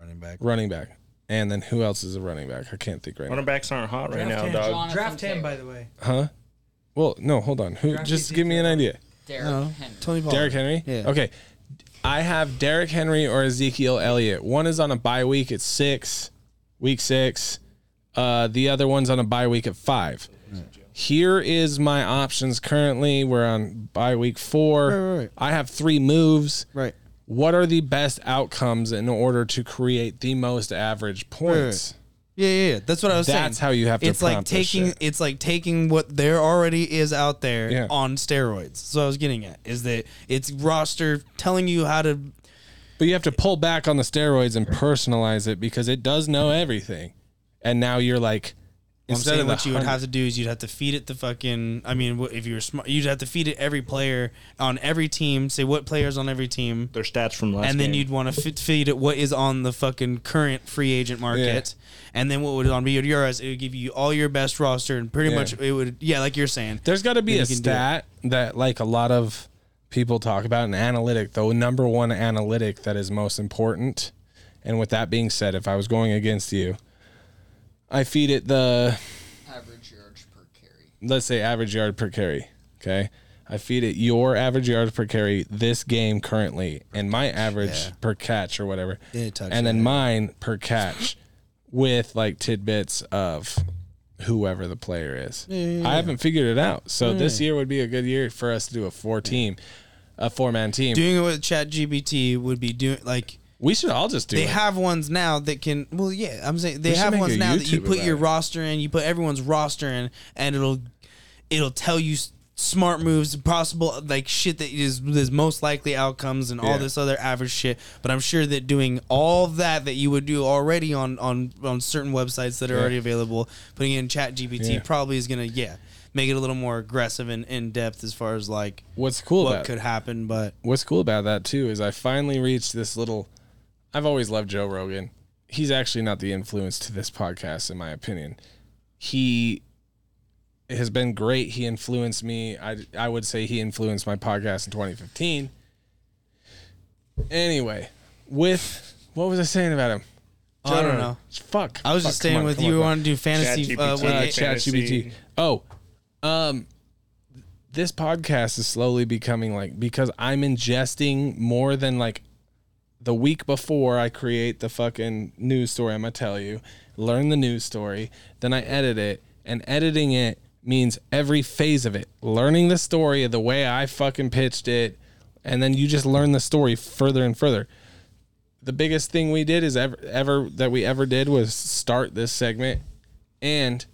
running back.
running back, and then who else is a running back? I can't think right now.
Running backs aren't hot right
Draft
now,
him.
dog.
Jonathan
Draft him,
Taylor.
by the way.
Huh? Well, no, hold on. Who?
Draft
Just give me an
Ezekiel.
idea.
Derrick
No,
Henry.
Tony Pollard.
Derrick Henry.
Yeah.
Okay. I have Derrick Henry or Ezekiel Elliott. One is on a bye week at six, week six. Uh, the other one's on a bye week at five. Here is my options currently. We're on bye week four.
Right, right, right.
I have three moves.
Right.
What are the best outcomes in order to create the most average points?
Yeah, yeah, yeah. That's what I was saying.
That's how you have to
It's like
prompt this
taking.
shit.
It's like taking what there already is out there
Yeah.
on steroids. So I was getting at is that it's roster telling you how to.
But you have to pull back on the steroids and personalize it because it does know everything. And now you're like,
I'm
instead
saying
of the
what you would
hundred-
have to do is you'd have to feed it the fucking. I mean, wh- if you were smart, you'd have to feed it every player on every team. Say what players on every team.
Their stats from last.
and then
game.
you'd want to f- feed it what is on the fucking current free agent market, and then what would on be yours? It would give you all your best roster, and pretty
Yeah.
much it would, yeah, like you're saying,
There's got to be
Then
a
you can do it.
stat that like a lot of people talk about an analytic, the number one analytic that is most important. And with that being said, if I was going against you, I feed it the
Average yards per carry.
let's say average yard per carry, okay? I feed it your average yards per carry this game currently and my average per catch or whatever.
Yeah, touchdown.
and then mine per catch with like tidbits of whoever the player is. I haven't figured it out. So this year would be a good year for us to do a four team, a four man team.
doing it with Chat GBT would be doing like
we should all just do
they
it.
have ones now that can. Well, yeah, I'm saying they
We should
have
make
ones
a
now that you
YouTube
put your
about it.
roster in, you put everyone's roster in, and it'll it'll tell you s- smart moves, possible like shit that is is most likely outcomes, and all
Yeah.
this other average shit. But I'm sure that doing all that that you would do already on on on certain websites that are already available, putting in Chat GPT
Yeah.
probably is gonna yeah make it a little more aggressive and in depth as far as like
What's cool
what
about
could happen, but.
what's cool about that too is I finally reached this little. I've always loved Joe Rogan. He's actually not the influence to this podcast, in my opinion. He has been great. He influenced me. I I would say he influenced my podcast in 2015. Anyway, with what was I saying about him?
Oh, I don't know.
Fuck.
I was
Fuck,
just
come
staying
on,
with
come
you.
on,
want to do fantasy?
ChatGPT.
Uh,
come on.
with
Uh,
Fantasy.
ChatGPT. Oh, Um, this podcast is slowly becoming like because I'm ingesting more than like the week before I create the fucking news story. I'm gonna tell you, learn the news story, then I edit it, and editing it means every phase of it, learning the story the way I fucking pitched it, and then you just learn the story further and further the biggest thing we did is ever ever that we ever did was start this segment and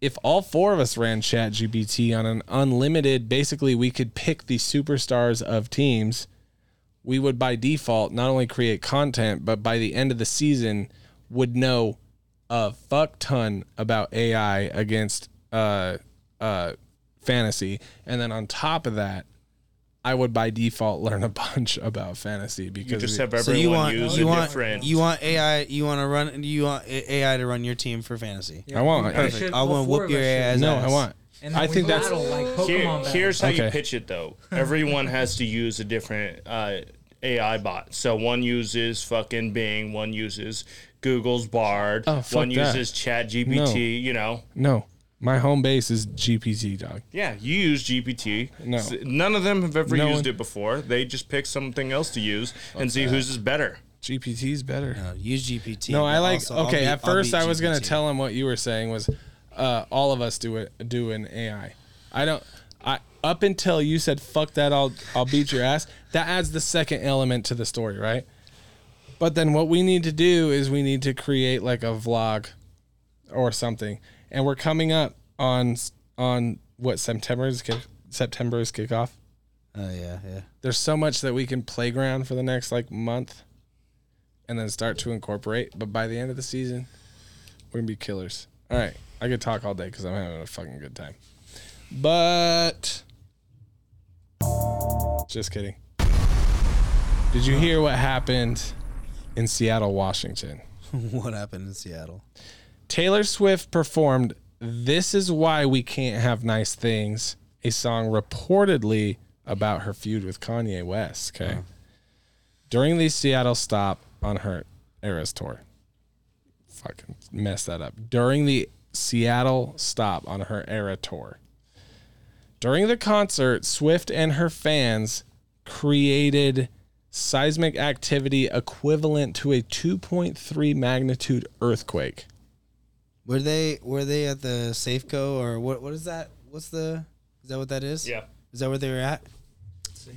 if all four of us ran chat gbt on an unlimited basically we could pick the superstars of teams we would by default not only create content but by the end of the season would know a fuck ton about ai against uh uh fantasy and then on top of that i would by default learn a bunch about fantasy because
You just
we-
have
So
everyone
you want
use
you
a
want
different.
you want AI you want to run you want AI to run your team for fantasy.
I won't.
We
Perfect.
should-
I
all
want to
four
whoop
of
your
us should.
ass.
No, I want.
And then
I
we
think that's
battle like Pokemon
Here-
battle.
here's how you
Okay.
pitch it though. Everyone has to use a different uh, AI bot. So one uses fucking Bing, one uses Google's Bard,
Oh,
one
fuck that.
uses Chat GPT.
No.
You know,
no. My home base is GPT, dog.
yeah, you use GPT.
No.
S- none of them have ever
No
used
one-
it before. They just pick something else to use and see whose is better.
GPT's better.
No, Uh, use GPT.
No, I
but
like.
also I'll
okay,
be-
at
I'll
first
be
I was gonna
GPT.
tell him what you were saying was, uh, all of us do it do an AI. I don't. I up until you said fuck that, I'll I'll beat your ass. That adds the second element to the story, right? But then what we need to do is we need to create like a vlog or something, and we're coming up on on what September's kick, September's kickoff.
Oh yeah, yeah.
there's so much that we can playground for the next like month and then start to incorporate. But by the end of the season, we're gonna be killers. All right. I could talk all day because I'm having a fucking good time. But just kidding. Did you hear what happened in Seattle, Washington?
what happened in Seattle?
Taylor Swift performed This Is Why We Can't Have Nice Things, a song reportedly about her feud with Kanye West. Okay. During the Seattle stop on her Eras tour. Fucking mess that up. During the Seattle stop on her Era tour. During the concert, Swift and her fans created seismic activity equivalent to a 2.3 magnitude earthquake.
Were they were they at the Safeco or what? What is that? What's the? Is that what that is?
Yeah.
Is that where they were at?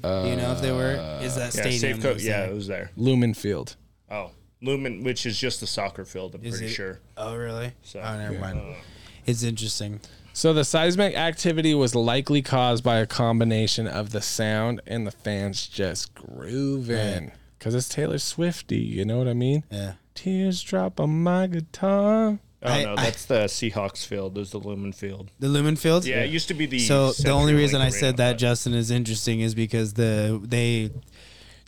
Uh,
Do you know if they were? Is that
Yeah,
stadium? that
Safeco.
was
Yeah,
there?
it was there.
Lumen Field.
Oh, Lumen, which is just the soccer field. I'm
Is
pretty
it-
sure.
Oh really?
So-
oh, never mind. It's interesting.
So the seismic activity was likely caused by a combination of the sound and the fans just grooving. Cause it's Taylor Swifty, you know what I mean?
Yeah.
Tears drop on my guitar.
Oh
I-
no,
I-
that's the Seahawks field. There's the Lumen field.
The Lumen Field.
Yeah, it used to be the.
So the only
Century
reason I
Link Arena,
said that
but-
Justin is interesting is because the they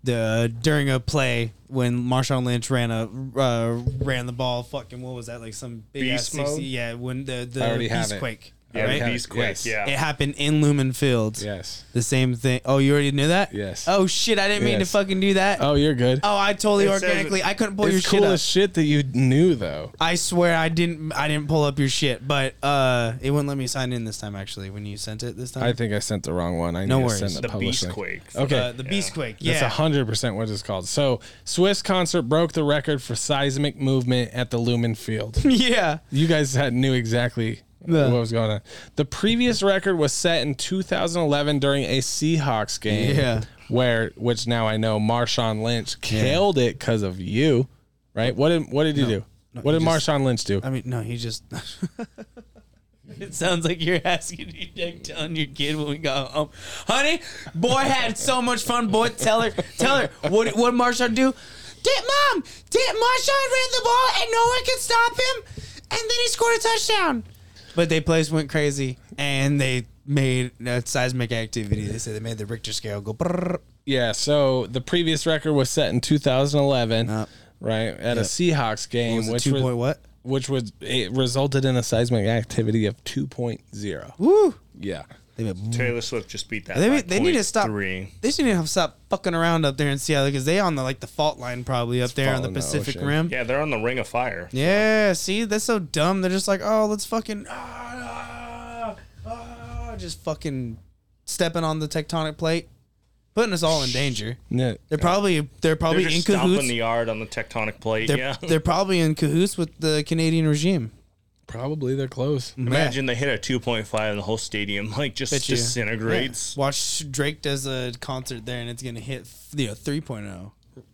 the during a play when Marshawn Lynch ran a uh, ran the ball fucking what was that like some big ass
Beast mode?
60, yeah when the the
I already have
beast
it.
quake
Yeah,
right?
the Beast Quake.
Yes.
Yeah.
it happened in Lumen Field
Yes.
the same thing oh you already knew that
Yes.
oh shit I didn't mean to
Yes.
fucking do that oh,
Oh, you're good.
I totally
It says-
organically I couldn't pull your
it's cool
shit up
as shit that you knew though.
I swear I didn't I didn't pull up your shit but uh it wouldn't let me sign in this time actually when you sent it this time
I think I sent the wrong one. I
No
need to
worries.
send the,
the
publish
Beast
link.
Quake.
Okay.
Uh, the beast quake yeah
That's hundred percent what it's called. So Swiss concert broke the record for seismic movement at the Lumen Field.
yeah
You guys had knew exactly
Yeah.
what was going on. The previous record was set in 2011 during a Seahawks game.
Yeah.
Where, which now I know, Marshawn Lynch killed it 'cause it because of you, right? What did what did you do? what
he
did
just-
Marshawn Lynch do?
I mean, no, he just. it sounds like you're asking, you're telling your kid when we got home, honey, boy had so much fun. Boy, tell her, tell her what what Marshawn do. Did mom? Did Marshawn ran the ball and no one could stop him, and then he scored a touchdown. But they plays went crazy and they made uh, seismic activity. They said they made the Richter scale go. brrrr.
Yeah, so the previous record was set in 2011,
Uh,
right? At a Seahawks game,
was it
which
two
was,
point what?
which was it resulted in a seismic activity of 2.0.
Woo!
Yeah.
They made
Taylor Swift just beat that.
Oh. They,
by
they need to stop.
0.3.
They just need to stop fucking around up there in Seattle because they on the like the fault line probably up there on the
fault in the
Pacific
ocean.
Rim. Oh, Yeah.
Yeah, they're on the Ring of Fire.
see, that's so dumb. They're just like, oh, let's fucking ah, ah, ah, just fucking stepping on the tectonic plate, putting us all in danger.
Yeah.
They're probably they're
They're
probably
just
in
stomping
cahoots.
the yard on the tectonic plate.
they're,
yeah.
they're probably in cahoots with the Canadian regime.
Probably they're close.
Mm-hmm.
Imagine they hit a 2.5 and the whole stadium like just
Bet you.
disintegrates.
Watch Drake does a concert there, and it's gonna hit you know 3.0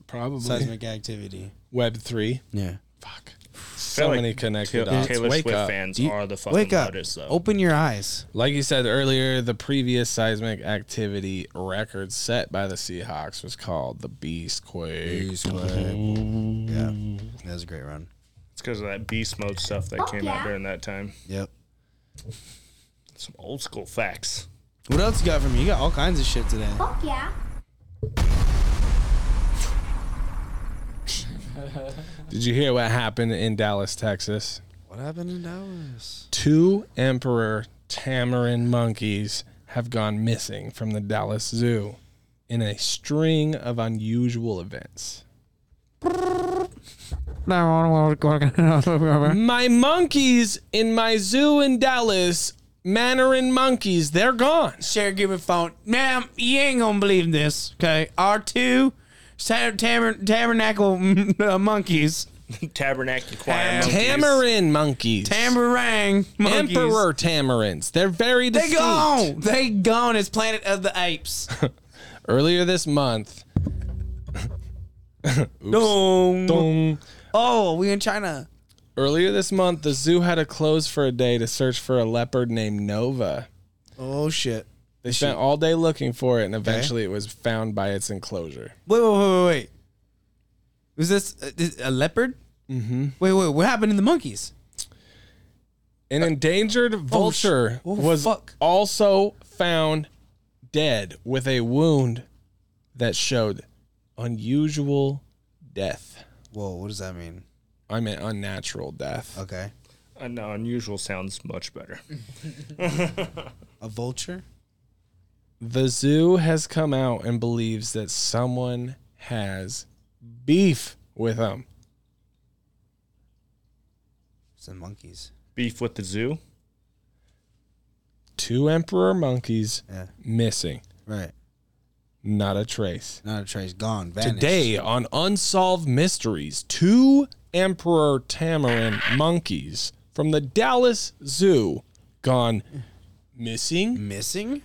Probably
seismic activity.
Web three.
Yeah.
Fuck.
I feel
So many connected
Ta-
dots.
Taylor
Wake
Swift
up.
fans
Do you-
are the fucking
Wake up! Oh.
loudest though.
Open your eyes.
Like you said earlier, the previous seismic activity record set by the Seahawks was called the Beast Quake.
Yeah, that was a great run.
It's because of that beast mode stuff that came out during that time.
Yep.
Some old school facts.
What else you got for me? You got all kinds of shit today.
Fuck yeah.
Did you hear what happened in Dallas, Texas?
What happened in Dallas?
Two emperor tamarin monkeys have gone missing from the Dallas Zoo in a string of unusual events. My monkeys in my zoo in Dallas, Mandarin monkeys, they're gone.
Sheriff Gilbert phone. Ma'am, you ain't gonna believe this. Okay, our two tab- taber- tabernacle mm, uh, monkeys,
Tabernacle choir.
Tam-
monkeys.
Tamarin monkeys.
tamarang monkeys.
Emperor tamarins. They're very
They
distinct.
gone. They gone. It's Planet of the Apes.
Earlier this month,
Dong.
boom,
Oh, we in China.
earlier this month, the zoo had to close for a day to search for a leopard named Nova.
Oh shit.
They spent all day looking for it, and eventually it was found by its enclosure.
Wait, wait, wait, wait, wait. Was this a, this- a leopard? Mm-hmm. Wait, wait. What happened to the monkeys?
An endangered vulture
oh,
was
fuck.
also found dead with a wound that showed unusual death.
Whoa, what does that mean?
I meant unnatural death.
Okay,
Uh, no, unusual sounds much better.
a vulture.
The zoo has come out and believes that someone has beef with them.
It's the monkeys.
Beef with the zoo.
Two emperor monkeys
Yeah,
missing,
right.
not a trace.
Not a trace. Gone. Vanished.
Today on Unsolved Mysteries, two emperor tamarin monkeys from the Dallas Zoo gone missing.
missing.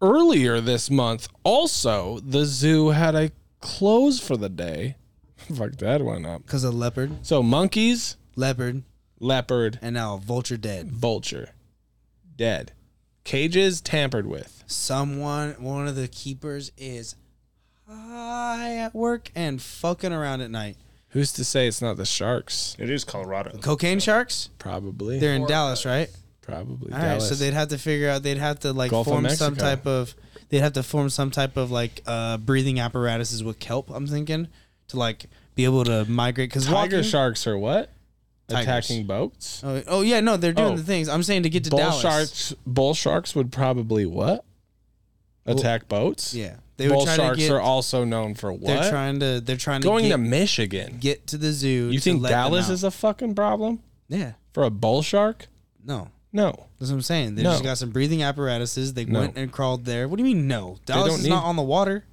earlier this month, also the zoo had a close for the day. Fuck that one up.
Because a leopard,
So monkeys,
leopard,
leopard,
and now a vulture dead.
vulture, dead. Cages tampered with.
Someone, one of the keepers is high at work and fucking around at night.
Who's to say it's not the sharks?
It is Colorado.
Cocaine sharks?
Probably.
They're in Dallas, right?
probably.
All right, so
Dallas.
they'd have to figure out. They'd have to like
Gulf of
form some
Mexico.
type of. They'd have to form some type of like uh, breathing apparatuses with kelp. I'm thinking to like be able to migrate because
tiger
walking.
sharks are what?
Tigers.
Attacking boats.
Oh, oh, yeah, no, they're doing
Oh.
the things. I'm saying to get to
bull
Dallas.
sharks. Bull sharks would probably what? Attack boats.
Yeah, they
bull
would try to
sharks
get.
are also known for what?
they're trying to. They're trying
going
to
to
get,
Michigan.
get to the zoo.
You
to
think
let them
Dallas
out.
is a fucking problem
Yeah.
for a bull shark?
No.
No.
That's what I'm saying. They
No.
just got some breathing apparatuses. They
No.
went and crawled there. What do you mean no? Dallas
don't
is not
need-
on the water.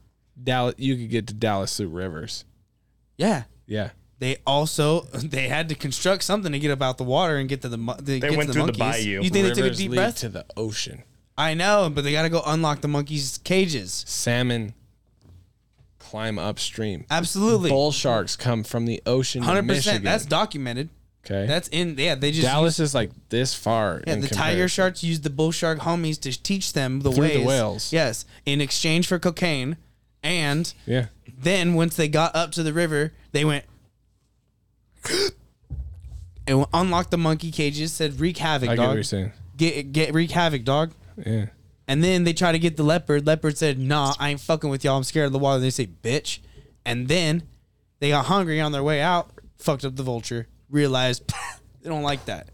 Dallas you could get to Dallas through rivers.
Yeah.
Yeah.
They also they had to construct something to get up out the water and get to the mo- they get
went
to the
through the
monkeys.
bayou.
You think
rivers
they took a deep
lead
breath?
to the ocean.
I know, but they got to go unlock the monkeys' cages.
Salmon climb upstream.
Absolutely,
Bull sharks come from the ocean to
hundred
Michigan.
percent. That's documented.
okay.
That's in. Yeah, they just
Dallas is like this far.
Yeah,
in
the tiger
comparison.
sharks used the bull shark homies to teach them the
Through
ways.
the whales.
Yes, in exchange for cocaine, and
Yeah.
then once they got up to the river, they went and unlocked the monkey cages. Said wreak havoc,
I get
dog.
what you're saying.
Get get wreak havoc, dog.
Yeah.
And then they try to get the leopard. Leopard said, "Nah, I ain't fucking with y'all. I'm scared of the water." They say, "Bitch," and then they got hungry on their way out. Fucked up the vulture. Realized they don't like that.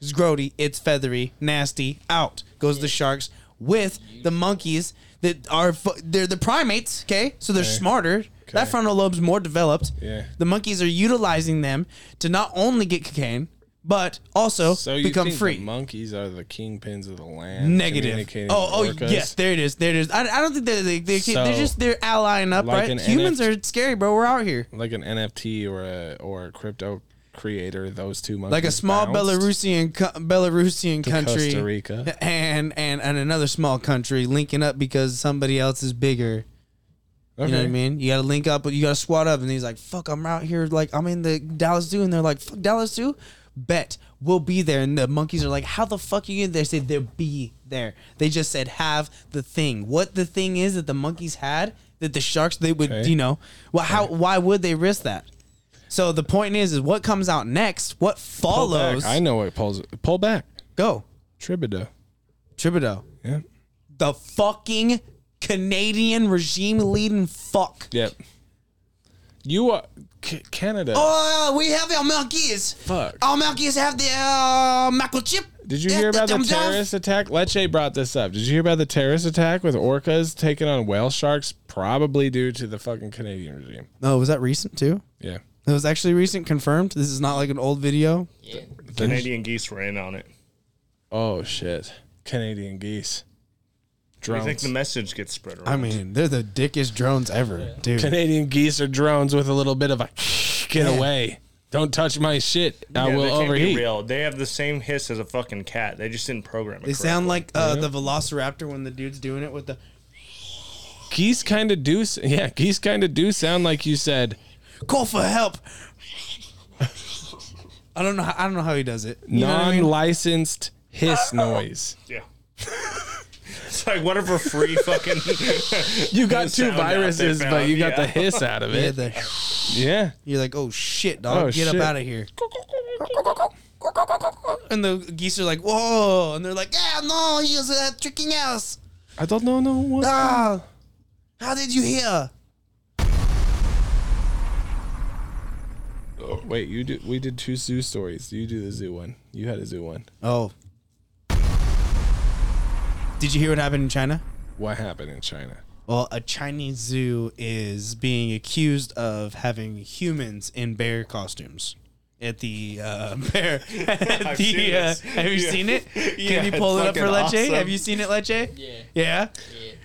It's grody. It's feathery. Nasty. Out goes the sharks with the monkeys that are fu- they're the primates. Okay, so they're smarter. That frontal lobe's more developed.
Yeah.
The monkeys are utilizing them to not only get cocaine, but also
So you
become
think
free.
the monkeys are the kingpins of the land?
Negative.
communicating
Oh, oh,
with orcas?
yes, there it is, there it is. I, I don't think they're they, they,
So,
they're just they're allying up,
like an
right? Humans
NF
are scary, bro. We're out here
Like an NFT or a or a crypto creator, those two monkeys.
like a small
bounced
Belarusian co- Belarusian country,
Costa Rica.
and and and another small country linking up because somebody else is bigger.
Okay.
You
Mm-hmm.
know what I mean? You gotta link up, you gotta squat up, and he's like, "Fuck, I'm out here, like I'm in the Dallas Zoo," and they're like, "Fuck Dallas Zoo, bet we'll be there." And the monkeys are like, "How the fuck are you?" in there?" They said they'll be there. They just said have the thing. What the thing is that the monkeys had that the sharks they would,
Okay.
you know, well, how why would they risk that? So the point is, is what comes out next? What
Pull back.
follows?
I know what pulls. Pull back.
Go
Tribido.
Tribido,
Yeah.
the fucking Canadian regime leading fuck.
Yep. You are C- Canada.
Oh, we have our monkeys.
Fuck.
All monkeys have the uh, microchip.
Did you hear about the terrorist attack? Leche brought this up. Did you hear about the terrorist attack with orcas taking on whale sharks, probably due to the fucking Canadian regime?
Oh, was that recent too?
Yeah.
It was actually recent, confirmed. This is not like an old video.
Yeah.
Canadian geese were in on it.
Oh shit. Canadian geese.
I think
Drones.
the message gets spread around.
I mean, they're the dickest drones ever, dude.
Canadian geese are drones with a little bit of a get away. Don't touch my shit. I
Yeah,
will
they can't be
overheat.
real. They have the same hiss as a fucking cat. They just didn't program it.
They sound
correctly.
like uh, the Velociraptor when the dude's doing it with the.
Geese kind of do. s- Yeah, geese kind of do sound like you said.
Call for help. I don't know. How, I don't know how he does it. You know what I mean?
non-licensed hiss noise.
Yeah. it's like whatever free fucking.
You got
The
two
sound out they
viruses, but
found,
you got
yeah.
the hiss out of
Yeah,
it.
the-
Yeah.
you're like, oh shit, dog,
Oh,
get
shit.
up out of here. And the geese are like, whoa, and they're like, yeah, no, he was uh, tricking us.
I don't know. No what?
Ah, how did you hear?
Oh, wait, you do. We did two zoo stories. You do the zoo one. You had a zoo one.
Oh. Did you hear what happened in China?
What happened in China?
Well, a Chinese zoo is being accused of having humans in bear costumes. At the uh, bear, at
I've
the,
seen
uh,
this.
have you
Yeah.
seen it? Can
Yeah,
you
it's
pull it up for
fucking
Leche?
awesome.
Have you seen it, Leche?
Yeah.
Yeah.
Yeah.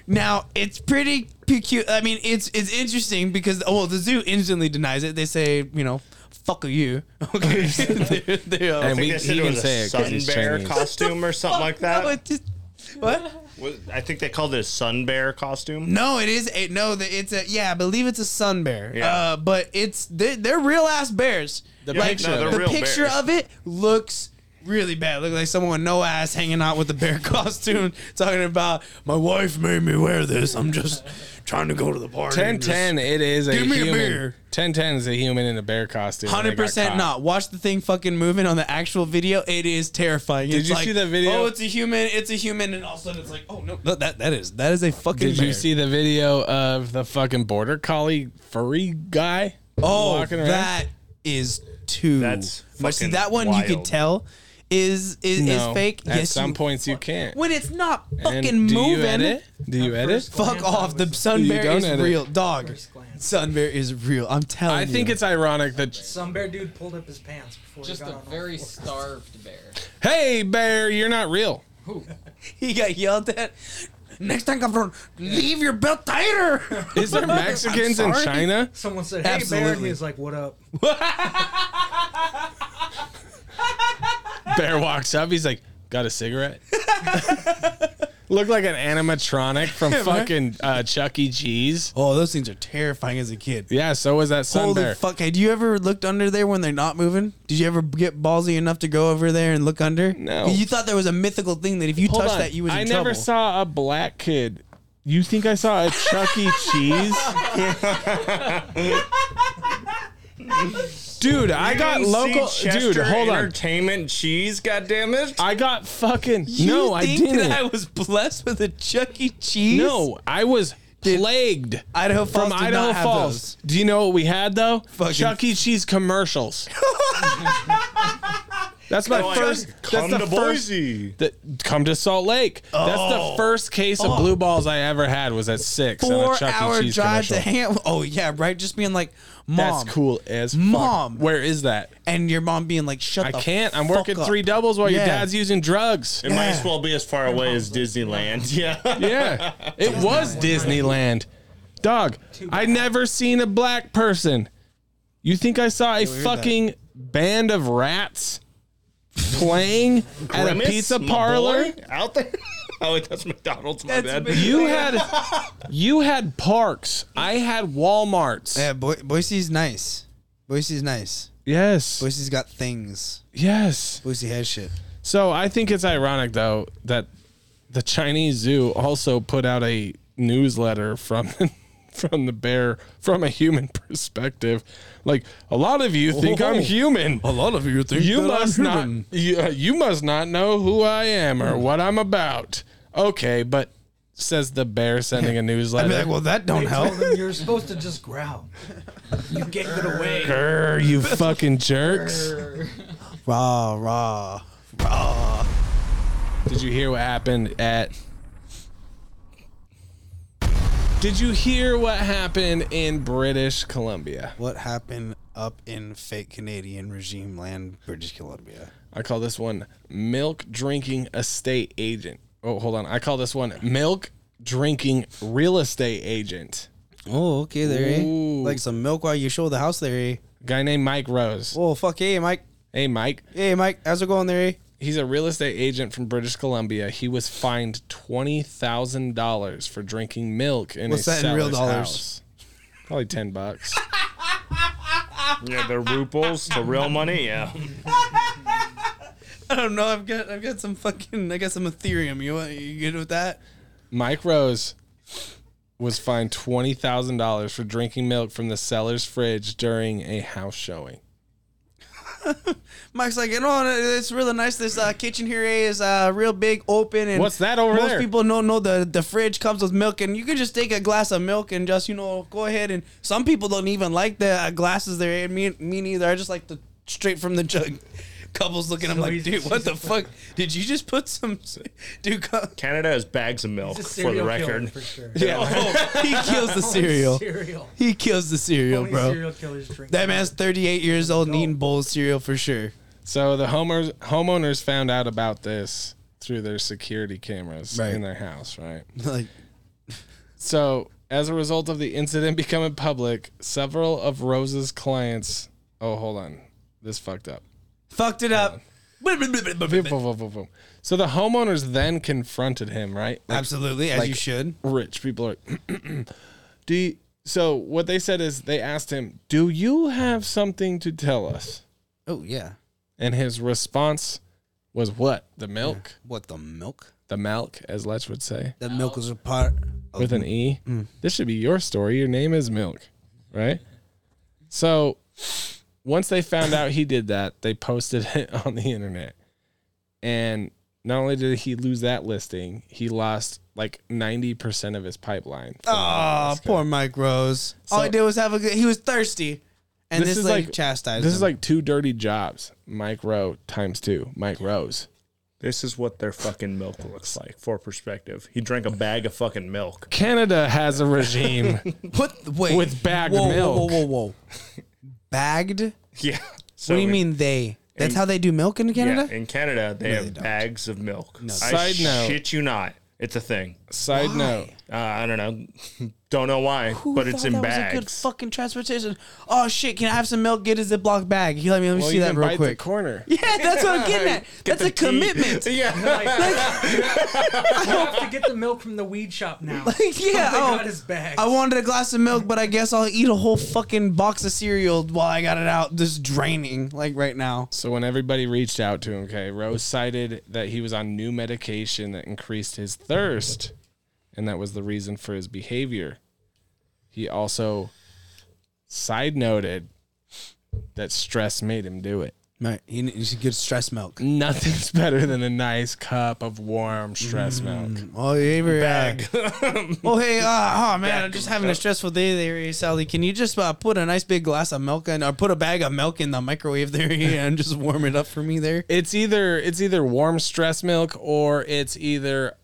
Now it's pretty peculiar. I mean, it's it's interesting because oh well, the zoo instantly denies it. They say you know, fuck you. Okay. They're- they are-
And
Oh, I think
we-
they said
he
it
can
was
say
a
it 'cause
sun
he's
bear
Chinese.
costume or something like that.
No, it just, what?
Was- I think they called it a sun bear costume.
No, it is a no. the- It's a yeah. I believe it's a sun bear.
Yeah.
Uh, but it's they're, they're real ass bears.
The
Yeah,
picture.
no, they're
of it.
the
real
picture
bears.
of it looks really bad. Look like someone with no ass hanging out with a bear costume, talking about my wife made me wear this. I'm just trying to go to the party.
Ten
and just-"
ten. It is a
Give me a
human.
beer.
Ten ten is a human in a bear costume. and they
Hundred
got
percent
caught.
not. Watch the thing fucking moving on the actual video. It is terrifying. Did it's
you
like,
see that video?
Oh, it's a human. It's a human, and all of a sudden it's like, oh no, no, that that is that is a fucking.
Did you
bear.
see the video of the fucking border collie furry guy?
Oh,
walking around?
that is too.
That's
much. See,
fucking
that one you could
wild.
tell is is, is fake.
At
yes,
some
you-
points you can't.
when it's not
And
fucking
do
moving.
You edit? Do you edit?
first
Fuck
glance,
off.
I
The
was-
sun
You
bear
don't
is
edit.
real, dog.
First glance.
Sun bear is real. I'm telling you.
I think it's ironic that
Some bear dude pulled up his pants before
Just
he got
a
on all
very
fours.
starved bear.
hey bear, you're not real.
Who?
he got yelled at. Next time come from, leave your belt tighter.
Is there Mexicans in
sorry.
China?
Someone said, "Hey bear," and
Absolutely.
he was like, "What up?"
Bear walks up. He's like, got a cigarette. Look like an animatronic from fucking uh, Chuck E. Cheese.
oh, those things are terrifying as a kid.
Yeah, so was that sun
Holy
bear.
fuck! Had you ever looked under there when they're not moving? Did you ever get ballsy enough to go over there and look under?
No.
You thought there was a mythical thing that if you
Hold
touched
on.
that, you was in
I
trouble.
never saw a black kid. You think I saw a Chuck E. Cheese? dude, I got local. Dude, hold on.
Entertainment cheese, goddammit.
I got fucking.
You
no, I
think
didn't.
That I was blessed with a Chuck E. Cheese.
no, I was plagued.
Idaho Falls
from
did
Idaho
not have
Falls.
those.
Do you know what we had though?
Fucking-
Chuck E. Cheese commercials. That's my
Like,
first.
Come
that's
to
the first-
Boise.
that come to Salt Lake. That's
Oh.
the first case of blue balls I ever had was at six. on a
Four
Chuck E.
hour
Cheese
drive to
commercial.
Ham. Oh yeah, right. Just being like, mom,
That's cool as fuck.
Mom.
Where is that?
and your mom being like, shut.
I
the
can't. I'm
fuck
working
up.
three doubles while
Yeah.
your dad's using drugs.
It might as well be as far away as Disneyland. Yeah.
Yeah, it was Disneyland. Dog, I never seen a black person. You think I saw a
heard that.
fucking band of rats playing at a
Grimace,
pizza
my
parlor?
boy, out there. Oh, wait, that's McDonald's. My
That's
bad.
big.
You had you had parks. I had Walmarts.
Yeah, Bo- Boise's nice. Boise's nice.
Yes.
Boise's got things.
Yes.
Boise has shit.
So I think it's ironic though that the Chinese zoo also put out a newsletter from from the bear from a human perspective. Like a lot of you think I'm
Oh.
human.
lot of you think
You must not you, uh, you must not know who I am
Hmm.
or what I'm about. Okay, but says the bear sending a
I'd be
newsletter.
like, well, that
They
don't help.
told him you're supposed to just growl. You gave it away.
Grr, you fucking jerks.
Raw, raw, raw.
Did you hear what happened at? Did you hear what happened in British Columbia?
What happened up in fake Canadian regime land, British Columbia?
I call this one milk drinking estate agent. Oh, hold on. I call this one milk drinking real estate agent.
Oh, okay, there. eh?
Ooh.
Like some milk while you show the house there. Eh?
guy named Mike Rose.
Oh, fuck, hey, Mike.
Hey, Mike.
Hey, Mike, how's it going there? Eh?
He's a real estate agent from British Columbia. He was fined twenty thousand dollars for drinking milk in
What's
a
that in real
seller's
dollars?
house. Probably ten bucks.
Yeah, they're ruples. The real money. Yeah.
I don't know. I've got, I've got some fucking, I got some Ethereum. You, want- you good with that?
Mike Rose was fined twenty thousand dollars for drinking milk from the seller's fridge during a house showing.
Mike's like, you know, uh, it's really nice. This uh, kitchen here is uh, real big, open, and
What's that over
most
there?
people don't know the the fridge comes with milk, and you can just take a glass of milk and just you know go ahead and some people don't even like the uh, glasses there. and Me me neither. I just like the straight from the jug. Couples looking, I'm
So
like,
he's-
dude, what the fuck? Did you just put some, dude? co-
Canada has bags of milk
It's a
for the
serial killer
record.
for sure.
Oh, he kills the
Only
cereal.
Cereal.
He kills the cereal,
Only
bro.
serial killers drink.
That man's 38 years old and
Adult.
eating bowl of cereal for sure.
So the homers, homeowners found out about this through their security cameras
Right.
in their house, right?
Like,
So, as a result of the incident becoming public, several of Rose's clients. Oh, hold on. This fucked up.
fucked it up.
Boom, boom, boom, boom, boom. So, the homeowners then confronted him, right? Like,
Absolutely, as you should.
rich people are. do you, so, what they said is they asked him, Do you have something to tell us?
Oh yeah.
And his response was what? The milk?
What the milk?
The milk, as Letch would say,
That milk is a part. Of, Mm.
with an E. This should be your story. Your name is Milk, right? So once they found out he did that, they posted it on the internet. And not only did he lose that listing, he lost like 90% of his pipeline.
oh, poor Mike Rose. All he
So-
did was have a good. He was thirsty, and this,
This is
like,
like-
chastised.
This
him.
is like two dirty jobs. Mike Rowe times two. Mike Rose.
This is what their fucking milk looks like for perspective. He drank a bag of fucking milk.
Canada has a regime.
put wait
with bagged
whoa, Whoa,
milk.
whoa, whoa, whoa. bagged.
Yeah. So
What do you
in-
mean they? That's how they do milk in Canada.
Yeah, in Canada, they have
don't.
bags of milk. I
Side note.
shit you not. It's a thing.
Side note.
Uh, I don't know. don't know why,
Who
but it's
thought
in
that
bags.
was a good fucking transportation. Oh shit! Can I have some milk? Get a Ziploc bag. You let me let me
Well,
see
you
that
can
real
bite
quick.
the corner.
yeah, that's what I'm getting at. that's a commitment.
yeah.
You have to get the milk from the weed shop now.
yeah.
They
oh,
got his bags.
I wanted a glass of milk, but I guess I'll eat a whole fucking box of cereal while I got it out, just draining like right now.
So when everybody reached out to him, okay, Rose cited that he was on new medication that increased his thirst, and that was the reason for his behavior. He also side noted that stress made him do it.
Right. You, need- you should get stress milk.
Nothing's better than a nice cup of warm stress milk.
Oh, yeah.
Bag.
Oh, hey. Uh, oh, man. I'm just having a stressful day there, eh, Sally. Can you just uh, put a nice big glass of milk in, or put a bag of milk in the microwave there eh, and just warm it up for me there?
It's either it's either warm stress milk or it's either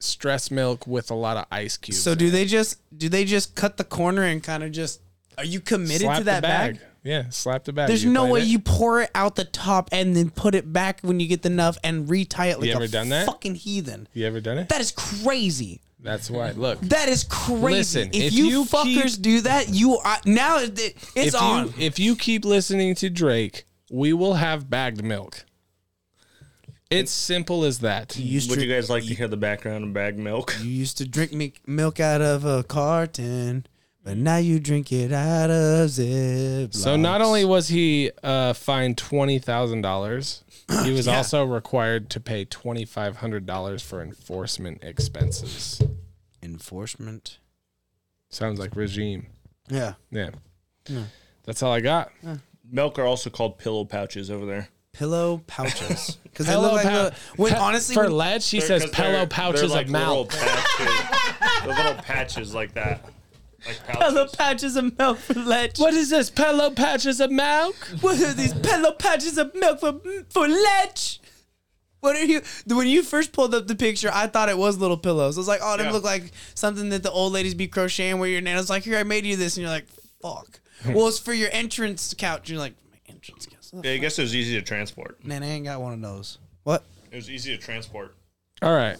stress milk with a lot of ice cubes.
So do they just do they just cut the corner and kind of just are you committed
Slap
to
the
that bag?
Yeah, slap the bag.
There's
You
no
play
way
that?
you pour it out the top and then put it back when you get the enough and retie it like
You ever
a
done that?
fucking heathen.
You ever done it?
That is crazy.
That's why. Look,
That is crazy.
Listen,
if,
if
you,
you
fuckers
keep-
do that, you are now it, it's
if you,
on.
If you keep listening to Drake, we will have bagged milk. It's simple as that.
You used
Would
to
you guys like to hear the background of bag milk?
you used to drink mi- milk out of a carton, but now you drink it out of Ziploc.
So not only was he uh, fined twenty thousand dollars, he was also required to pay twenty five hundred dollars for enforcement expenses.
enforcement.
Sounds like regime.
Yeah.
Yeah, that's all I got.
Milk are also called pillow pouches over there.
pillow pouches because they
Pillow
look like
pou-
little, when
pe-
honestly
for
when-
Led, she says
Because they're-
pillow pouches
they're
of milk.
Little patches, the little patches like that. Like
pillow
pouches.
pouches of milk for ledge.
What is this? Pillow pouches of milk?
What are these pillow pouches of milk for for ledge? What are you? When you first pulled up the picture, I thought it was little pillows. I was like, oh, them
Yeah.
look like something that the old ladies be crocheting. Where your nana's like, here, I made you this, and you're like, fuck. well, it's for your entrance couch. You're like, my entrance couch.
Yeah, I guess it was easy to transport.
Nana ain't got one of those. What?
It was easy to transport.
All right.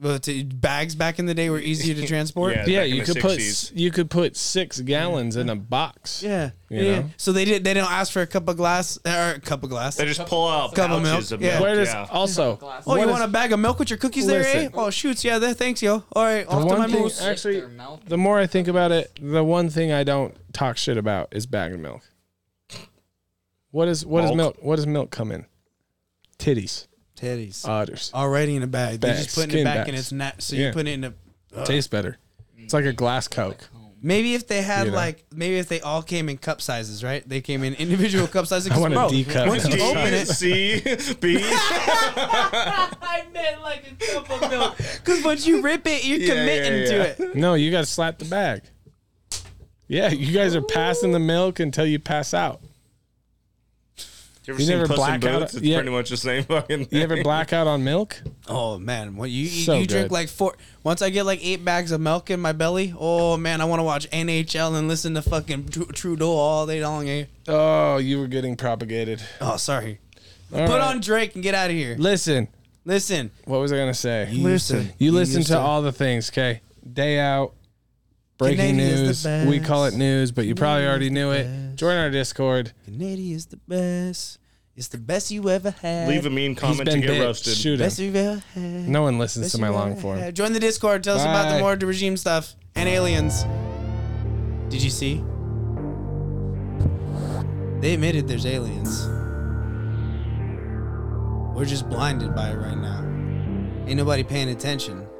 Well, t- bags back in the day were easier to transport.
Yeah.
Yeah,
Back in
you
the
could put
60s.
s- you could put six gallons in a box.
Yeah.
You
yeah.
know?
So they did. They don't ask for a cup of glass or a cup of glass.
They just pull out
Cup of
pouches
milk,
of
yeah.
milk.
Where does
yeah.
also?
Glass.
Oh,
what
you
is-
want a bag of milk with your cookies there, eh?
Listen.
Oh, shoots. Yeah, there. Thanks, yo. All right.
the
off to my
one thing,
moves.
actually,
Their milk.
the more I think about it, the one thing I don't talk shit about is bag of milk. What is what is
Bulk.
milk? What does milk come in? Titties,
Teddies.
otters.
Already in a bag. They're
Bags,
just putting it
skin
back in
bags.
its nap. So you
Yeah.
put it in a.
Tastes better. It's like a glass coke.
Maybe if they had
You know.
like, maybe if they all came in cup sizes, right? They came in individual cup sizes.
I want a
Bro,
D cup.
Once you open it,
C B.
I meant like a cup of milk. Because once you rip it, you're committing to it.
No, you gotta slap the bag. Yeah, you guys are passing the milk until you pass out.
You ever
You
seen
never
Puss in
black out-
Boots? It's
yeah.
pretty much the same fucking.
You
Thing.
ever black out on milk?
Oh man, when you
So
you drink
good.
like four. Once I get like eight bags of milk in my belly, oh man, I want to watch NHL and listen to fucking Tru- Trudeau all day long. Eh?
Oh, you were getting propagated.
Oh, sorry.
All
Put
right.
on Drake and get out of here.
Listen,
Listen,
what was I gonna say?
You used to-
You,
you
listen
used
to,
to-
all the things, okay? Day out, breaking
Canadia's the
news. We call it
best.
news, but you probably already knew
Canadia's the
it.
best.
Join our Discord.
Canadian is the best. It's the best you ever had.
Leave a mean
He's
comment to
been
get
bit.
roasted.
Shoot him.
Best you've ever had.
No one listens
Best
to my
you've
long
ever
form.
had. Join the Discord. Tell us about the
Bye.
more regime stuff and aliens. Did you see? They admitted there's aliens. We're just blinded by it right now. Ain't nobody paying attention.